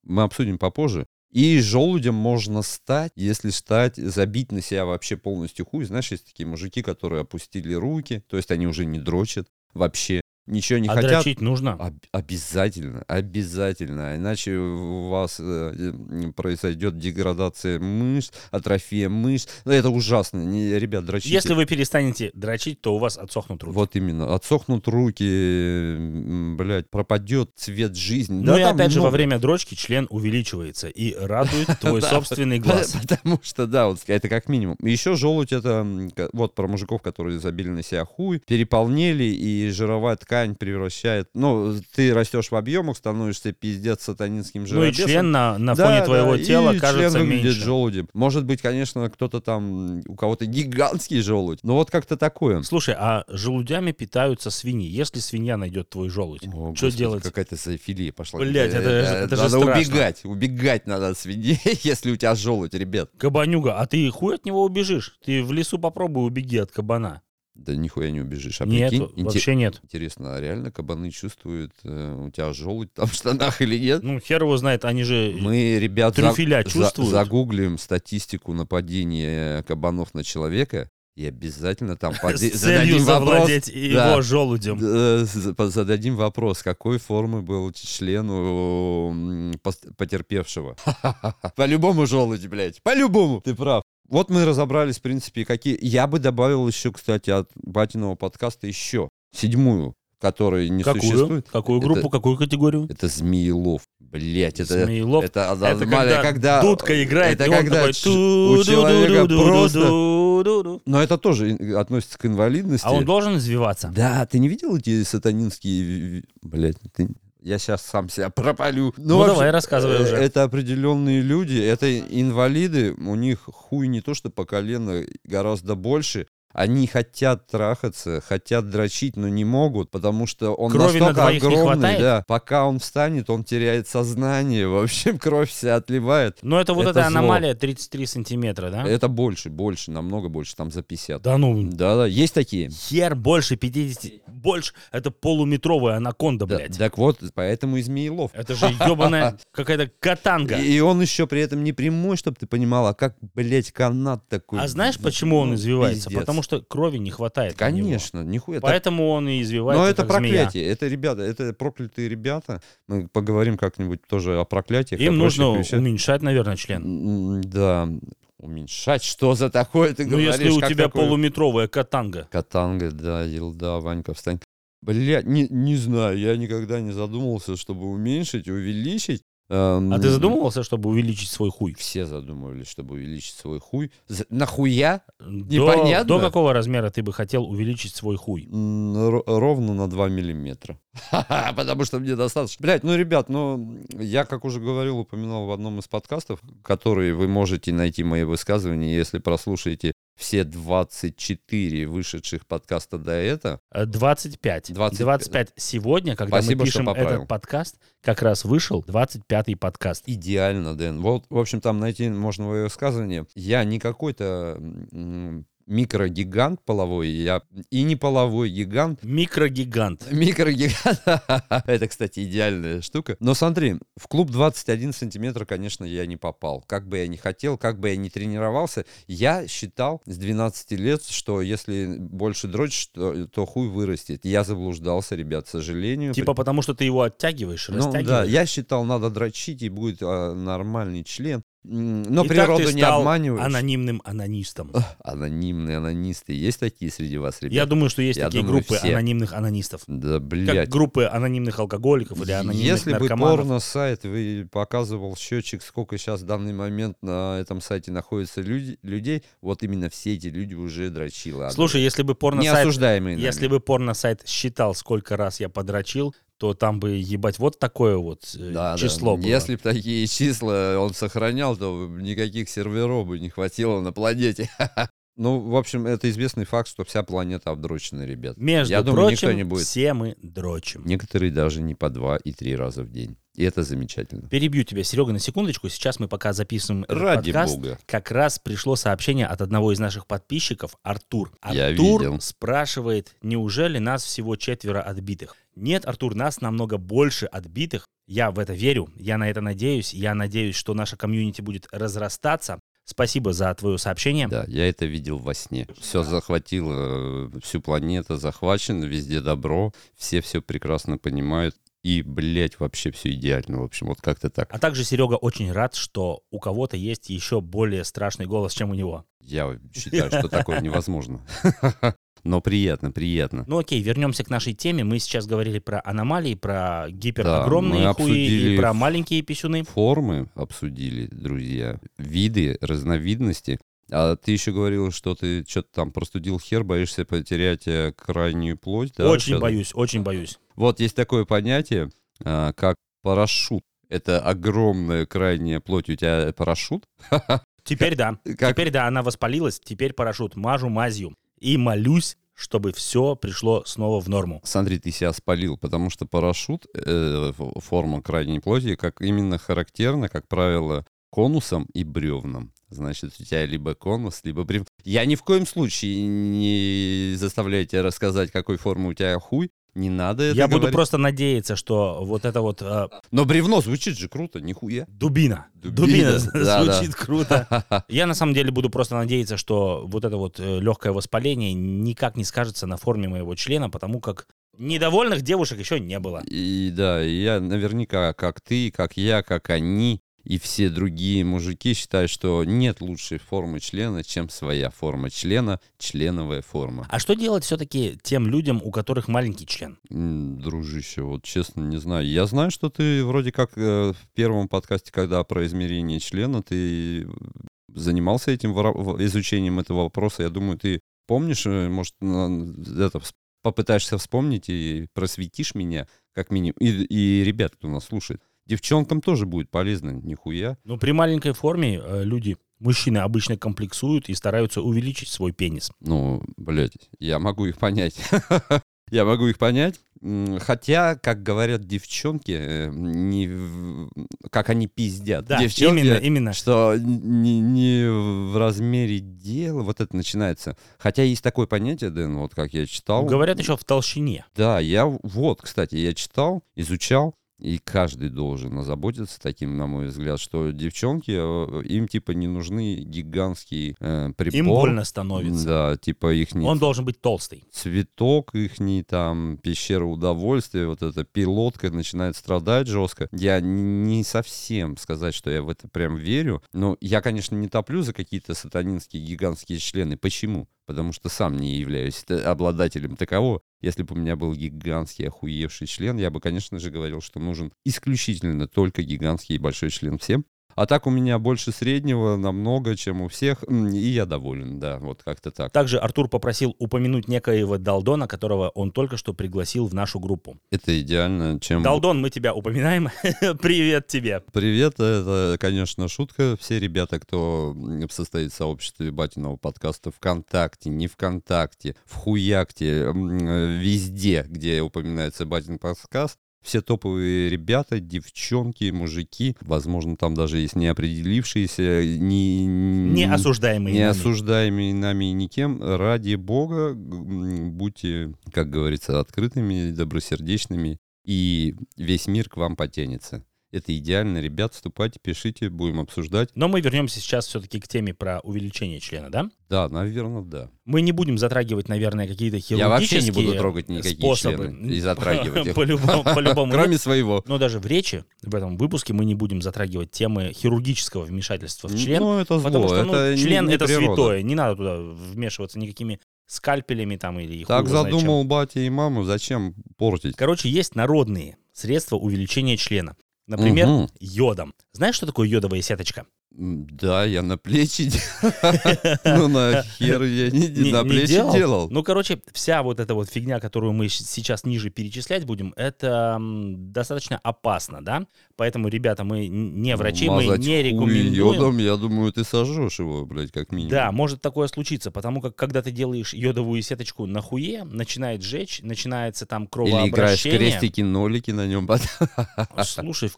Speaker 1: мы обсудим попозже. И желудем можно стать, если стать, забить на себя вообще полностью хуй. Знаешь, есть такие мужики, которые опустили руки, то есть они уже не дрочат вообще, ничего не
Speaker 2: а
Speaker 1: хотят.
Speaker 2: дрочить нужно?
Speaker 1: Об- обязательно, обязательно. Иначе у вас э, э, произойдет деградация мышц, атрофия мышц. Ну, это ужасно. Не, ребят, дрочите.
Speaker 2: Если вы перестанете дрочить, то у вас отсохнут руки.
Speaker 1: Вот именно. Отсохнут руки, м, блядь, пропадет цвет жизни.
Speaker 2: Ну
Speaker 1: Да
Speaker 2: и
Speaker 1: там
Speaker 2: опять же, во
Speaker 1: много.
Speaker 2: время дрочки член увеличивается и радует твой
Speaker 1: Да.
Speaker 2: собственный
Speaker 1: Да,
Speaker 2: глаз.
Speaker 1: Потому что, да, вот это как минимум. Еще желудь это м, ка- вот про мужиков, которые забили на себя хуй, переполнели, и жировая ткань превращает. Ну, ты растешь в объемах, становишься пиздец сатанинским
Speaker 2: Ну и
Speaker 1: жиробесом.
Speaker 2: член на, на
Speaker 1: Да,
Speaker 2: фоне
Speaker 1: да,
Speaker 2: твоего
Speaker 1: и
Speaker 2: тела
Speaker 1: член
Speaker 2: кажется
Speaker 1: выглядит
Speaker 2: меньше.
Speaker 1: желудем. Может быть, конечно, кто-то там, у кого-то гигантский желудь, но вот как-то такое.
Speaker 2: Слушай, а желудями питаются свиньи. Если свинья найдет твой желудь,
Speaker 1: О,
Speaker 2: что
Speaker 1: господи,
Speaker 2: делать?
Speaker 1: Какая-то зоофилия пошла. Э,
Speaker 2: Блядь, это же- это же
Speaker 1: Надо
Speaker 2: страшно.
Speaker 1: убегать, убегать надо от свиней, если у тебя желудь, ребят.
Speaker 2: Кабанюга, а ты хуй от него убежишь? Ты в лесу попробуй убеги от кабана.
Speaker 1: Да нихуя не убежишь. А
Speaker 2: нет,
Speaker 1: прикинь, инте-
Speaker 2: вообще нет.
Speaker 1: Интересно, а реально кабаны чувствуют, э, у тебя желудь там в штанах или нет?
Speaker 2: Ну, хер его знает, они же...
Speaker 1: Мы, ребят, за-
Speaker 2: трюфеля
Speaker 1: за-
Speaker 2: чувствуют?
Speaker 1: загуглим статистику нападения кабанов на человека и обязательно там
Speaker 2: с
Speaker 1: поде-
Speaker 2: целью
Speaker 1: зададим вопрос.
Speaker 2: завладеть его
Speaker 1: Да.
Speaker 2: желудем.
Speaker 1: Э, з- по- Зададим вопрос, какой формы был член у м, пос- потерпевшего. По-любому желудь, блядь. По-любому. Ты прав. Вот мы разобрались, в принципе, какие... Я бы добавил еще, кстати, от батиного подкаста еще седьмую, которая не
Speaker 2: Какую?
Speaker 1: существует.
Speaker 2: Какую
Speaker 1: Это-
Speaker 2: группу, какую категорию?
Speaker 1: Это змеелов. Блять, это...
Speaker 2: Змеелов.
Speaker 1: Это,
Speaker 2: Это
Speaker 1: аномалия,
Speaker 2: когда, дудка играет,
Speaker 1: это
Speaker 2: и он
Speaker 1: когда
Speaker 2: такой...
Speaker 1: ч- у человека просто...
Speaker 2: «Ту-ду-ду-ду-ду-ду-ду-ду».
Speaker 1: Но это тоже ин- относится к инвалидности.
Speaker 2: А он должен извиваться?
Speaker 1: Да, ты не видел эти сатанинские... Блять, я сейчас сам себя пропалю.
Speaker 2: Ну, давай, рассказывай
Speaker 1: э,
Speaker 2: уже.
Speaker 1: Это определенные люди, это инвалиды, у них хуй не то что по колено, гораздо больше. Они хотят трахаться, хотят дрочить, но не могут, потому что он
Speaker 2: Крови на
Speaker 1: настолько
Speaker 2: двоих не
Speaker 1: огромный,
Speaker 2: хватает?
Speaker 1: да. Пока он встанет, он теряет сознание. В общем, кровь вся отливает.
Speaker 2: Но Ну, это вот
Speaker 1: Это
Speaker 2: эта
Speaker 1: зло.
Speaker 2: аномалия 33 сантиметра, да?
Speaker 1: Это больше, больше, намного больше, там за 50.
Speaker 2: А? Да ну,
Speaker 1: Да-да, есть такие.
Speaker 2: хер больше 50, больше, это полуметровая анаконда,
Speaker 1: Да,
Speaker 2: блядь.
Speaker 1: так вот, поэтому и Змеелов.
Speaker 2: Это же ебаная какая-то катанга.
Speaker 1: И, и он еще при этом не прямой, чтобы ты понимала, как, блядь, канат такой.
Speaker 2: А знаешь, почему он
Speaker 1: Ну,
Speaker 2: извивается?
Speaker 1: пиздец.
Speaker 2: Потому что крови не хватает. у него.
Speaker 1: Конечно, нихуя. так-
Speaker 2: Поэтому он и извивается.
Speaker 1: Но это
Speaker 2: как змея.
Speaker 1: проклятие. Это ребята, это проклятые ребята. Мы поговорим как-нибудь тоже о проклятиях. о
Speaker 2: Им
Speaker 1: прочих
Speaker 2: нужно
Speaker 1: вещах.
Speaker 2: уменьшать, наверное, член.
Speaker 1: М, Да. Уменьшать? Что за такое ты
Speaker 2: Ну,
Speaker 1: говоришь?
Speaker 2: если у
Speaker 1: Как
Speaker 2: тебя
Speaker 1: такое?
Speaker 2: полуметровая катанга.
Speaker 1: Катанга, да, Елда, Ванька, встань. Бля, не, не знаю, я никогда не задумывался, чтобы уменьшить, увеличить. Эм,
Speaker 2: А ты задумывался, чтобы увеличить свой хуй?
Speaker 1: Все задумывались, чтобы увеличить свой хуй. За- Нахуя?
Speaker 2: До,
Speaker 1: Непонятно.
Speaker 2: до какого размера ты бы хотел увеличить свой хуй?
Speaker 1: М, ро- ровно на 2 миллиметра. Ха-ха, Потому что мне достаточно. Блять, ну, ребят, ну, я, как уже говорил, упоминал в одном из подкастов, которые вы можете найти мои высказывания, если прослушаете все 24 вышедших подкаста до этого.
Speaker 2: Э, 25.
Speaker 1: 25.
Speaker 2: 25. Сегодня, когда
Speaker 1: Спасибо,
Speaker 2: мы
Speaker 1: что
Speaker 2: пишем
Speaker 1: поправил.
Speaker 2: этот подкаст, как раз вышел 25-й подкаст.
Speaker 1: Идеально, Дэн. Вот, в общем, там найти можно мое высказывание. Я не какой-то м, микрогигант половой, я и не половой гигант,
Speaker 2: Микрогигант.
Speaker 1: Микрогигант. Это, кстати, идеальная штука. Но смотри, в клуб 21 сантиметра, конечно, я не попал. Как бы я ни хотел, как бы я ни тренировался, я считал с 12 лет, что если больше дрочишь, то, то хуй вырастет. Я заблуждался, ребят, к сожалению.
Speaker 2: Типа потому, что ты его оттягиваешь,
Speaker 1: ну
Speaker 2: растягиваешь.
Speaker 1: да, я считал, надо дрочить, и будет а, нормальный член. М, Но
Speaker 2: И так
Speaker 1: природу
Speaker 2: ты
Speaker 1: не
Speaker 2: стал
Speaker 1: обманиваешь.
Speaker 2: анонимным анонистом.
Speaker 1: Анонимные анонисты. Есть такие среди вас, ребят?
Speaker 2: Я думаю, что есть
Speaker 1: Я
Speaker 2: такие
Speaker 1: думаю,
Speaker 2: группы
Speaker 1: все.
Speaker 2: анонимных анонистов.
Speaker 1: Да,
Speaker 2: Как
Speaker 1: блядь.
Speaker 2: группы анонимных алкоголиков или анонимных
Speaker 1: Если бы
Speaker 2: наркоманов.
Speaker 1: порно-сайт вы- показывал счетчик, сколько сейчас в данный момент на этом сайте находится люди, людей, вот именно все эти люди уже дрочило. Андрей.
Speaker 2: Слушай, если бы порно
Speaker 1: не осуждаемые. нами.
Speaker 2: Если бы порно-сайт считал, сколько раз я подрочил, то там бы, ебать, вот такое вот э,
Speaker 1: Да, да.
Speaker 2: число было.
Speaker 1: Если бы такие числа он сохранял, то никаких серверов бы не хватило на планете. Ну, в общем, это известный факт, что вся планета обдрочена, ребят.
Speaker 2: Между
Speaker 1: Я думаю,
Speaker 2: прочим,
Speaker 1: никто не будет.
Speaker 2: все мы дрочим.
Speaker 1: Некоторые даже не по два и три раза в день. И это замечательно.
Speaker 2: Перебью тебя, Серега, на секундочку. Сейчас мы пока записываем этот
Speaker 1: Ради
Speaker 2: подкаст.
Speaker 1: бога.
Speaker 2: Как раз пришло сообщение от одного из наших подписчиков, Артур.
Speaker 1: Я
Speaker 2: Артур
Speaker 1: видел.
Speaker 2: спрашивает, неужели нас всего четверо отбитых? Нет, Артур, нас намного больше отбитых. Я в это верю, я на это надеюсь. Я надеюсь, что наша комьюнити будет разрастаться. Спасибо за твое сообщение.
Speaker 1: Да, я это видел во сне. Все захватило, э, всю планету захвачено, везде добро, все все прекрасно понимают. И, блядь, вообще все идеально, в общем, вот как-то так.
Speaker 2: А также Серега очень рад, что у кого-то есть еще более страшный голос, чем у него.
Speaker 1: Я считаю, что такое невозможно. Но приятно, приятно.
Speaker 2: Ну окей, вернемся к нашей теме. Мы сейчас говорили про аномалии, про
Speaker 1: Да,
Speaker 2: гиперогромные
Speaker 1: мы
Speaker 2: хуи и
Speaker 1: обсудили
Speaker 2: про
Speaker 1: ф-
Speaker 2: маленькие писюны.
Speaker 1: Формы обсудили, друзья, виды, разновидности. А ты еще говорил, что ты что-то там простудил хер, боишься потерять э, крайнюю плоть. да?
Speaker 2: очень
Speaker 1: Что-
Speaker 2: боюсь, очень боюсь.
Speaker 1: Вот есть такое понятие, а, как парашют. Это огромная крайняя плоть. У тебя парашют?
Speaker 2: Теперь да.
Speaker 1: Как
Speaker 2: Теперь да, она воспалилась, теперь парашют. Мажу мазью. И молюсь, чтобы все пришло снова в норму.
Speaker 1: Смотри, ты себя спалил, потому что парашют, э, ф- форма крайней плоти, как именно характерна, как правило, конусом и бревном. Значит, у тебя либо конус, либо бревно. Я ни в коем случае не заставляю тебя рассказать, какой формы у тебя хуй. Не надо это
Speaker 2: Я буду
Speaker 1: говорить.
Speaker 2: просто надеяться, что вот это вот э,
Speaker 1: Но бревно звучит же круто, нихуя.
Speaker 2: дубина.
Speaker 1: Дубина,
Speaker 2: Дубина,
Speaker 1: да, да.
Speaker 2: звучит круто. Я на самом деле буду просто надеяться, что вот это вот легкое воспаление никак не скажется на форме моего члена, потому как недовольных девушек еще не было.
Speaker 1: И да, и я наверняка, как ты, как я, как они и все другие мужики считают, что нет лучшей формы члена, чем своя форма члена, членовая форма.
Speaker 2: А что делать все-таки тем людям, у которых маленький член?
Speaker 1: М, Дружище, вот честно не знаю. Я знаю, что ты вроде как э, в первом подкасте, когда про измерение члена, ты э, занимался этим вора- в- изучением этого вопроса. Я думаю, ты помнишь, э, может, на- это вс- попытаешься вспомнить и просветишь меня, как минимум. И, и ребят, кто нас слушает. Девчонкам тоже будет полезно, нихуя.
Speaker 2: Ну, при маленькой форме э, люди, мужчины обычно комплексуют и стараются увеличить свой пенис.
Speaker 1: Ну, блядь, я могу их понять. Я могу их понять. М, Хотя, как говорят девчонки, э, не в- как они пиздят.
Speaker 2: Да,
Speaker 1: девчонки,
Speaker 2: именно, именно.
Speaker 1: Что не, не в размере дела, вот это начинается. Хотя есть такое понятие, Дэн, вот как я читал.
Speaker 2: Говорят еще в толщине.
Speaker 1: Да, я в- вот, кстати, я читал, изучал, и каждый должен озаботиться таким, на мой взгляд, что девчонки, э, им типа не нужны гигантские э, приборы.
Speaker 2: Им больно становится.
Speaker 1: Да, типа их не
Speaker 2: Он должен быть толстый.
Speaker 1: цветок их не там пещера удовольствия вот эта пилотка начинает страдать жестко я н- не совсем сказать что я в это прям верю но я конечно не топлю за какие-то сатанинские гигантские члены почему потому что сам не являюсь т- обладателем такового если бы у меня был гигантский охуевший член я бы конечно же говорил что нужен исключительно только гигантский и большой член всем А так у меня больше среднего намного, чем у всех, м, и я доволен, да, вот как-то так.
Speaker 2: Также Артур попросил упомянуть некоего Далдона, которого он только что пригласил в нашу группу.
Speaker 1: Это идеально, чем...
Speaker 2: Далдон, мы тебя упоминаем. Привет тебе.
Speaker 1: Привет, это, конечно, шутка. Все ребята, кто м, состоит в сообществе Батиного подкаста ВКонтакте, не ВКонтакте, в Хуякте, м, э, везде, где упоминается Батин подкаст, все топовые ребята, девчонки, мужики, возможно, там даже есть неопределившиеся, не,
Speaker 2: Не осуждаемый.
Speaker 1: не осуждаемые нами никем, ради бога, г- м, будьте, как говорится, открытыми, добросердечными, и весь мир к вам потянется. Это идеально, ребят, вступайте, пишите, будем обсуждать.
Speaker 2: Но мы вернемся сейчас все-таки к теме про увеличение члена, да?
Speaker 1: Да, наверное, да.
Speaker 2: Мы не будем затрагивать, наверное, какие-то хирургические
Speaker 1: Я вообще не буду трогать никакие
Speaker 2: способы.
Speaker 1: члены и затрагивать их.
Speaker 2: По-любому. по-любому
Speaker 1: Кроме
Speaker 2: нет.
Speaker 1: своего.
Speaker 2: Но даже в речи в этом выпуске мы не будем затрагивать темы хирургического вмешательства в член.
Speaker 1: ну, это зло.
Speaker 2: Потому что ну,
Speaker 1: это не-
Speaker 2: член
Speaker 1: не
Speaker 2: это
Speaker 1: природа.
Speaker 2: святое, не надо туда вмешиваться никакими скальпелями там или хуй
Speaker 1: Так
Speaker 2: его знает чем.
Speaker 1: задумал батя и маму, зачем портить?
Speaker 2: Короче, есть народные средства увеличения члена. Например,
Speaker 1: Мгм.
Speaker 2: йодом. Знаешь, что такое йодовая сеточка?
Speaker 1: М, Да, я на плечи... де- Ну, на хер я не-
Speaker 2: Не-
Speaker 1: на
Speaker 2: не
Speaker 1: плечи делал.
Speaker 2: Ну, короче, вся вот эта вот фигня, которую мы щ- сейчас ниже перечислять будем, это м, достаточно опасно, да? Поэтому, ребята, мы н- не врачи, мы
Speaker 1: Мазать
Speaker 2: не
Speaker 1: хуй
Speaker 2: рекомендуем.
Speaker 1: йодом, я думаю, ты сожжешь его, блядь, как минимум.
Speaker 2: Да, может такое случиться, потому как когда ты делаешь йодовую сеточку на хуе, начинает жечь, начинается там
Speaker 1: Или играешь в
Speaker 2: кровообращение. Ну,
Speaker 1: крестики-нолики на нем. потом
Speaker 2: Слушай, в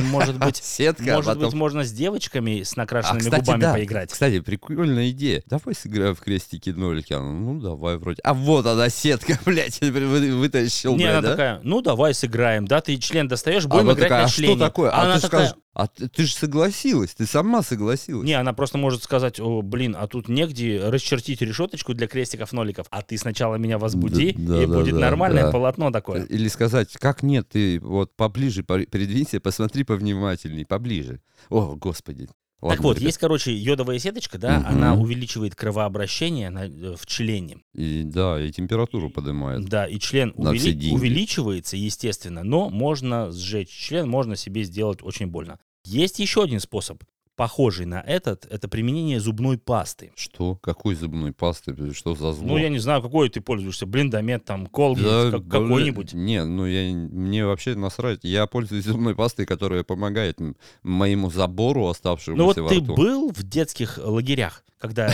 Speaker 2: может быть,
Speaker 1: Сетка, а
Speaker 2: Может
Speaker 1: потом...
Speaker 2: быть, можно с девочками с
Speaker 1: А,
Speaker 2: накрашенными
Speaker 1: кстати,
Speaker 2: губами
Speaker 1: да.
Speaker 2: поиграть.
Speaker 1: Кстати, прикольная идея. Давай сыграем в крестики-нолики. Она, Ну, давай вроде. А вот она, сетка, блядь, вы- вы- вытащил,
Speaker 2: Не, она
Speaker 1: блядь, да?
Speaker 2: такая, ну давай сыграем, да, ты член достаешь,
Speaker 1: А
Speaker 2: будем
Speaker 1: она
Speaker 2: играть
Speaker 1: такая,
Speaker 2: на
Speaker 1: а
Speaker 2: члене.
Speaker 1: что такое?
Speaker 2: А
Speaker 1: А,
Speaker 2: она
Speaker 1: ты
Speaker 2: такая,
Speaker 1: скажешь, а ты, же согласилась, ты сама согласилась.
Speaker 2: не, она просто может сказать, о, блин, а тут негде расчертить решеточку для крестиков-ноликов, а ты сначала меня возбуди,
Speaker 1: Да,
Speaker 2: и
Speaker 1: да,
Speaker 2: будет
Speaker 1: да,
Speaker 2: нормальное
Speaker 1: да.
Speaker 2: полотно такое.
Speaker 1: Или сказать, как нет, ты вот поближе пор- передвинься, посмотри повнимательней, поближе. О, господи.
Speaker 2: так вот, есть, короче, йодовая сеточка, да,
Speaker 1: Мгм.
Speaker 2: она увеличивает кровообращение на- э, в члене,
Speaker 1: И, да, и температуру поднимает.
Speaker 2: да, и член
Speaker 1: На все
Speaker 2: увели-
Speaker 1: деньги.
Speaker 2: увеличивается, естественно, но можно сжечь член, можно себе сделать очень больно. Есть еще один способ, похожий на этот, это применение зубной пасты.
Speaker 1: Что? Какой зубной пасты? Э, Что за зло?
Speaker 2: Ну, я не знаю, какой ты пользуешься. Блиндомет, там, колгейт,
Speaker 1: Да,
Speaker 2: как-
Speaker 1: бля-
Speaker 2: какой-нибудь.
Speaker 1: Не, ну я, мне вообще насрать. Я пользуюсь зубной пастой, которая помогает м- моему забору, оставшемуся
Speaker 2: Ну, вот
Speaker 1: во
Speaker 2: ты
Speaker 1: рту.
Speaker 2: был в детских лагерях, когда,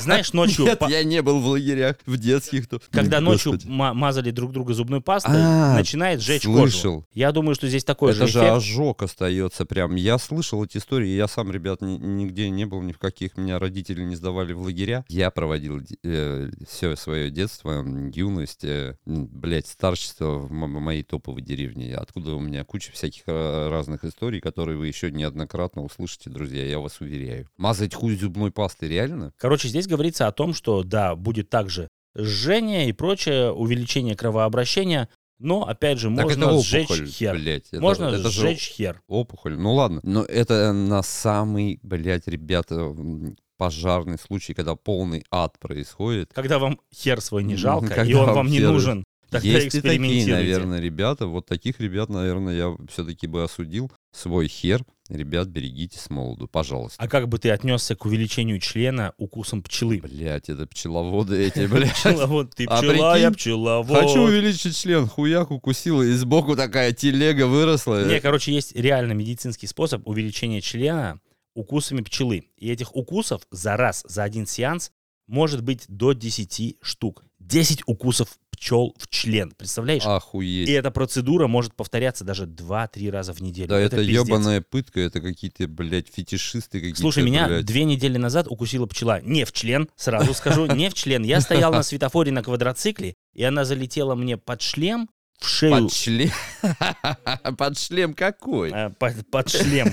Speaker 2: знаешь, ночью...
Speaker 1: Нет,
Speaker 2: па-
Speaker 1: я не был в лагерях, в детских. то-
Speaker 2: Когда ночью
Speaker 1: Господи.
Speaker 2: ма- мазали друг друга зубной пастой,
Speaker 1: А,
Speaker 2: начинает жечь
Speaker 1: слышал.
Speaker 2: кожу. Я думаю, что здесь такой же
Speaker 1: Это же
Speaker 2: эффект.
Speaker 1: ожог остается прям. Я слышал эти истории. Я сам, ребят, ни- нигде не был, ни в каких меня родители не сдавали в лагеря. Я проводил все свое детство, м, юность, э, м, блядь, старчество в мо- моей топовой деревне. Откуда у меня куча всяких э, разных историй, которые вы еще неоднократно услышите, друзья, я вас уверяю. Мазать хуй зубной пастой, реально?
Speaker 2: Короче, здесь говорится о том, что, да, будет также жжение и прочее, увеличение кровообращения, но, опять же,
Speaker 1: так это
Speaker 2: можно сжечь
Speaker 1: опухоль,
Speaker 2: хер.
Speaker 1: блядь. Это-
Speaker 2: Можно
Speaker 1: это же
Speaker 2: сжечь хер.
Speaker 1: опухоль. Ну ладно, но это на самый, блядь, ребята, м, пожарный случай, когда полный ад происходит.
Speaker 2: Когда вам хер свой не
Speaker 1: Ну,
Speaker 2: жалко, и
Speaker 1: когда
Speaker 2: он
Speaker 1: вам
Speaker 2: вам не
Speaker 1: хер-
Speaker 2: нужен, тогда
Speaker 1: Есть и такие,
Speaker 2: экспериментируйте.
Speaker 1: наверное, ребята. Вот таких ребят, наверное, я все-таки бы осудил. Свой хер, ребят, берегите с молоду, пожалуйста.
Speaker 2: А как бы ты отнесся к увеличению члена укусом пчелы?
Speaker 1: Блять, это пчеловоды эти, блядь.
Speaker 2: Пчеловод, ты
Speaker 1: А
Speaker 2: пчела,
Speaker 1: прикинь,
Speaker 2: я пчеловод.
Speaker 1: Хочу увеличить член, хуяк укусила, и сбоку такая телега выросла.
Speaker 2: Не, короче, есть реально медицинский способ увеличения члена укусами пчелы. И этих укусов за раз, за один сеанс, может быть до 10 штук. 10 укусов пчел в член, представляешь?
Speaker 1: Охуеть.
Speaker 2: И эта процедура может повторяться даже 2-3 раза в неделю.
Speaker 1: Да это
Speaker 2: пиздец.
Speaker 1: ебаная пытка, это какие-то, блядь, фетишисты какие-то,
Speaker 2: Слушай, меня
Speaker 1: блядь.
Speaker 2: две недели назад укусила пчела. Не в член, сразу скажу, не в член. Я стоял на светофоре на квадроцикле, и она залетела мне под шлем, в шею.
Speaker 1: Под шлем. Под шлем какой?
Speaker 2: э, Под, под шлем.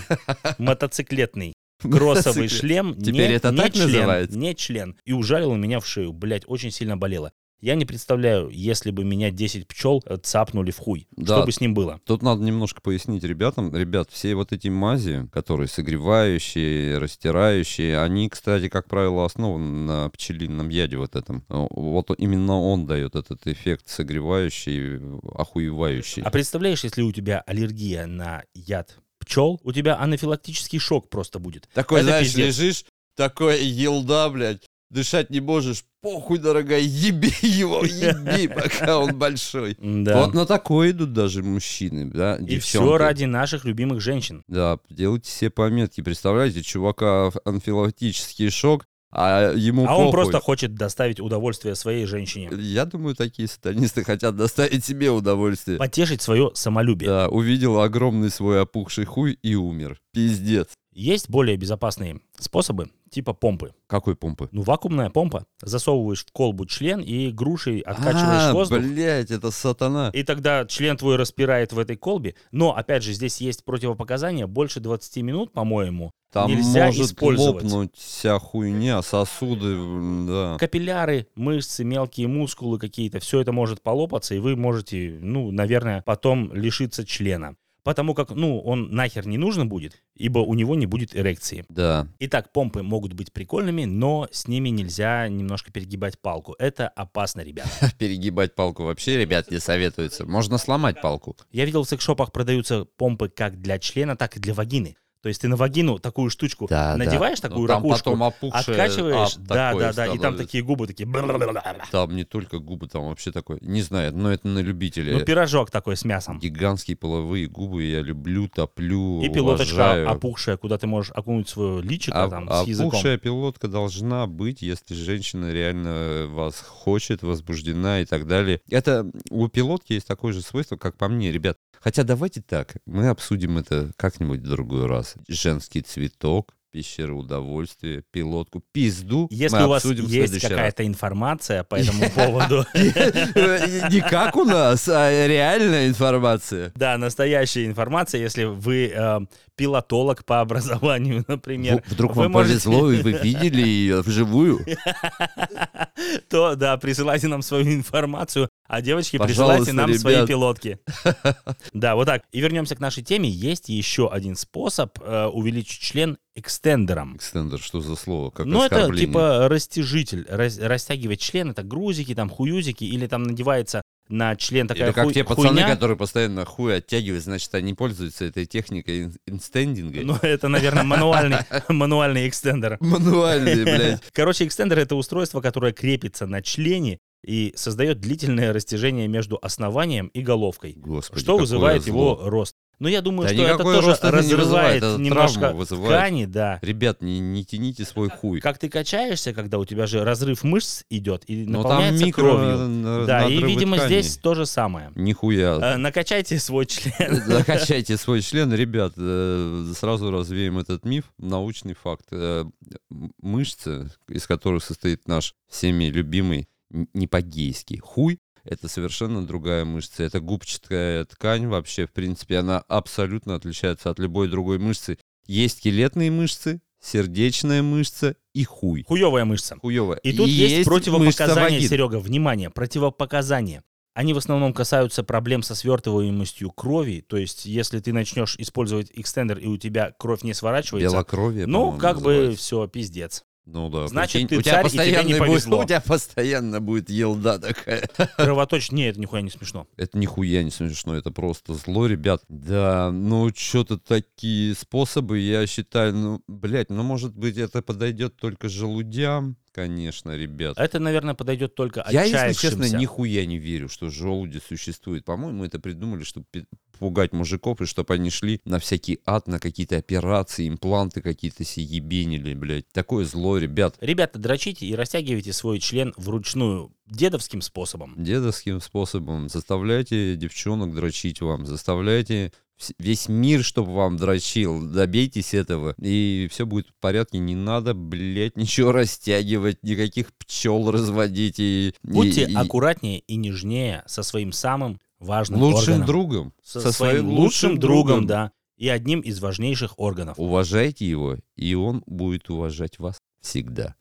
Speaker 2: Мотоциклетный. Кроссовый
Speaker 1: Мотоцикл.
Speaker 2: шлем.
Speaker 1: Теперь
Speaker 2: не-
Speaker 1: это
Speaker 2: не
Speaker 1: так
Speaker 2: член,
Speaker 1: называется?
Speaker 2: Не член. И ужалила меня в шею. Блять, очень сильно болело. Я не представляю, если бы меня 10 пчел э, цапнули в хуй.
Speaker 1: Да.
Speaker 2: Что бы с ним было? А
Speaker 1: Тут надо немножко пояснить ребятам. Ребят, все вот эти мази, которые согревающие, растирающие, они, кстати, как правило, основаны на пчелином яде вот этом. О, Вот именно он дает этот эффект согревающий, охуевающий.
Speaker 2: А представляешь, если у тебя аллергия на яд пчел, у тебя анафилактический шок просто будет.
Speaker 1: Такой,
Speaker 2: Это
Speaker 1: знаешь,
Speaker 2: пиздец.
Speaker 1: лежишь, такой елда, блядь, дышать не можешь. Похуй, дорогая, еби его, еби, пока он большой.
Speaker 2: Да.
Speaker 1: Вот на такое идут даже мужчины, да,
Speaker 2: И все
Speaker 1: девчонки.
Speaker 2: ради наших любимых женщин.
Speaker 1: Да, делайте все пометки. Представляете, чувака анфилактический шок, а ему
Speaker 2: А
Speaker 1: похуй.
Speaker 2: он просто хочет доставить удовольствие своей женщине.
Speaker 1: Я думаю, такие сатанисты хотят доставить себе удовольствие.
Speaker 2: Потешить свое самолюбие.
Speaker 1: Э, Да, увидел огромный свой опухший хуй и умер. Пиздец.
Speaker 2: Есть более безопасные способы, типа помпы.
Speaker 1: Какой помпы?
Speaker 2: Ну, вакуумная помпа. Засовываешь в колбу член и грушей откачиваешь
Speaker 1: а,
Speaker 2: воздух.
Speaker 1: блядь, это сатана.
Speaker 2: И тогда член твой распирает в этой колбе. Но, опять же, здесь есть противопоказания. Больше 20 минут, по-моему,
Speaker 1: Там
Speaker 2: нельзя
Speaker 1: может
Speaker 2: использовать.
Speaker 1: лопнуть вся хуйня, сосуды, м, да.
Speaker 2: Капилляры, мышцы, мелкие мускулы какие-то, все это может полопаться, и вы можете, ну, наверное, потом лишиться члена. Потому как, ну, он нахер не нужен будет, ибо у него не будет эрекции.
Speaker 1: Да.
Speaker 2: Итак, помпы могут быть прикольными, но с ними нельзя немножко перегибать палку. Это опасно, ребят.
Speaker 1: Перегибать палку вообще, ребят, не советуется. Можно сломать палку.
Speaker 2: Я видел, в секшопах продаются помпы как для члена, так и для вагины. То есть ты на вагину такую штучку
Speaker 1: Да, да.
Speaker 2: надеваешь,
Speaker 1: Ну,
Speaker 2: такую
Speaker 1: там
Speaker 2: ракушку,
Speaker 1: потом опухшее,
Speaker 2: откачиваешь,
Speaker 1: ап
Speaker 2: да,
Speaker 1: такое
Speaker 2: да, да, и там
Speaker 1: становится.
Speaker 2: такие губы такие. бла-бла-бла-бла.
Speaker 1: Там не только губы, там вообще такое. Не знаю, но это на любителя.
Speaker 2: Ну, пирожок такой с мясом.
Speaker 1: Гигантские половые губы я люблю, топлю,
Speaker 2: И пилоточка
Speaker 1: уважаю.
Speaker 2: опухшая, куда ты можешь окунуть свое личико
Speaker 1: А-
Speaker 2: там с языком.
Speaker 1: Опухшая пилотка должна быть, если женщина реально вас хочет, возбуждена и так далее. Это у пилотки есть такое же свойство, как по мне, ребят. Хотя давайте так, мы обсудим это как-нибудь в другой раз. Женский цветок, пещера удовольствия, пилотку, пизду.
Speaker 2: Если
Speaker 1: мы
Speaker 2: у вас
Speaker 1: обсудим в
Speaker 2: есть
Speaker 1: следующий раз.
Speaker 2: какая-то информация по этому поводу,
Speaker 1: Э, Не как у нас, а реальная информация.
Speaker 2: да, настоящая информация, если вы э, пилотолог по образованию, например,
Speaker 1: В- Вдруг
Speaker 2: вы
Speaker 1: вам
Speaker 2: можете-
Speaker 1: повезло, и вы видели ее вживую.
Speaker 2: то да, присылайте нам свою информацию, а девочки,
Speaker 1: Пожалуйста,
Speaker 2: присылайте нам свои
Speaker 1: ребят.
Speaker 2: пилотки. Да, вот так. И вернемся к нашей теме. Есть еще один способ э, увеличить член экстендером.
Speaker 1: Экстендер, что за слово? Как
Speaker 2: Ну, это
Speaker 1: оскорбление.
Speaker 2: типа растяжитель, раз- растягивать член, это грузики, там хуюзики, или там надевается на член такая
Speaker 1: Это как
Speaker 2: хуй-
Speaker 1: те пацаны,
Speaker 2: хуйня.
Speaker 1: которые постоянно хуй оттягивают, значит, они пользуются этой техникой ин- инстендинга.
Speaker 2: Ну, это, наверное, мануальный, мануальный экстендер.
Speaker 1: Мануальные, блядь.
Speaker 2: Короче, экстендер — это устройство, которое крепится на члене и создает длительное растяжение между основанием и головкой,
Speaker 1: Господи,
Speaker 2: что
Speaker 1: какое
Speaker 2: вызывает
Speaker 1: зло.
Speaker 2: его рост. Но я думаю,
Speaker 1: Да
Speaker 2: что это
Speaker 1: никакой
Speaker 2: тоже
Speaker 1: рост это не
Speaker 2: разрывает
Speaker 1: вызывает, это
Speaker 2: немножко
Speaker 1: травму вызывает.
Speaker 2: ткани, да.
Speaker 1: Ребят, не, не тяните свой хуй.
Speaker 2: Как ты качаешься, когда у тебя же разрыв мышц идет и
Speaker 1: Но Ну, там
Speaker 2: наполняется
Speaker 1: микро
Speaker 2: кровью.
Speaker 1: на-
Speaker 2: Да, и,
Speaker 1: надрывы
Speaker 2: видимо,
Speaker 1: тканей.
Speaker 2: здесь то же самое.
Speaker 1: Нихуя.
Speaker 2: Э, Накачайте свой член.
Speaker 1: Закачайте свой член, ребят. э, Сразу развеем этот миф. Научный факт. Э, м- Мышцы, из которых состоит наш всеми любимый, н- не по-гейски, хуй, это совершенно другая мышца. Это губчатая ткань вообще, в принципе, она абсолютно отличается от любой другой мышцы. Есть скелетные мышцы, сердечная мышца и хуй.
Speaker 2: Хуевая мышца.
Speaker 1: Хуевая.
Speaker 2: И тут есть, противопоказания,
Speaker 1: мышца вагин.
Speaker 2: Серега, внимание, противопоказания. Они в основном касаются проблем со свертываемостью крови, то есть если ты начнешь использовать экстендер и у тебя кровь не сворачивается,
Speaker 1: Белокровие,
Speaker 2: ну
Speaker 1: по-моему,
Speaker 2: как бы
Speaker 1: называется.
Speaker 2: все, пиздец.
Speaker 1: Ну да.
Speaker 2: Значит,
Speaker 1: прикинь,
Speaker 2: ты
Speaker 1: у тебя
Speaker 2: царь, и тебе не
Speaker 1: постоянно будет-
Speaker 2: повезло.
Speaker 1: у тебя постоянно будет елда такая.
Speaker 2: Кровоточ, не, это нихуя не смешно.
Speaker 1: Это нихуя не смешно, это просто зло, ребят. Да, ну что-то такие способы, я считаю, ну, блядь, ну, может быть, это подойдет только желудям, конечно, ребят.
Speaker 2: Это, наверное, подойдет только
Speaker 1: Я, если
Speaker 2: Э, отчаявшимся.
Speaker 1: честно, нихуя не верю, что желуди существует. По-моему, это придумали, чтобы пи- пугать мужиков, и чтобы они шли на всякий ад, на какие-то операции, импланты какие-то съебенили, блядь. Такое зло, ребят.
Speaker 2: Ребята, дрочите и растягивайте свой член вручную, дедовским способом.
Speaker 1: дедовским способом. Заставляйте девчонок дрочить вам, заставляйте вс- весь мир, чтобы вам дрочил. Добейтесь этого, и все будет в порядке. Не надо, блядь, ничего растягивать, никаких пчел разводить. И, и-
Speaker 2: Будьте
Speaker 1: и-
Speaker 2: аккуратнее и нежнее со своим самым важным
Speaker 1: лучшим
Speaker 2: органом.
Speaker 1: другом.
Speaker 2: со, своим, лучшим другом, да, и одним из важнейших органов.
Speaker 1: Уважайте его, и он будет уважать вас всегда.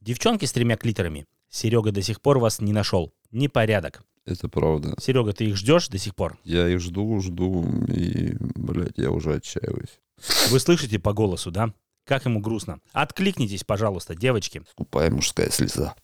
Speaker 2: девчонки с тремя клиторами. Серега до сих пор вас не нашел. Непорядок.
Speaker 1: Это правда.
Speaker 2: Серега, ты их ждешь до сих пор?
Speaker 1: Я их жду, жду, и, блядь, я уже отчаиваюсь.
Speaker 2: Вы слышите по голосу, да? Как ему грустно. Откликнитесь, пожалуйста, девочки.
Speaker 1: Скупая мужская слеза.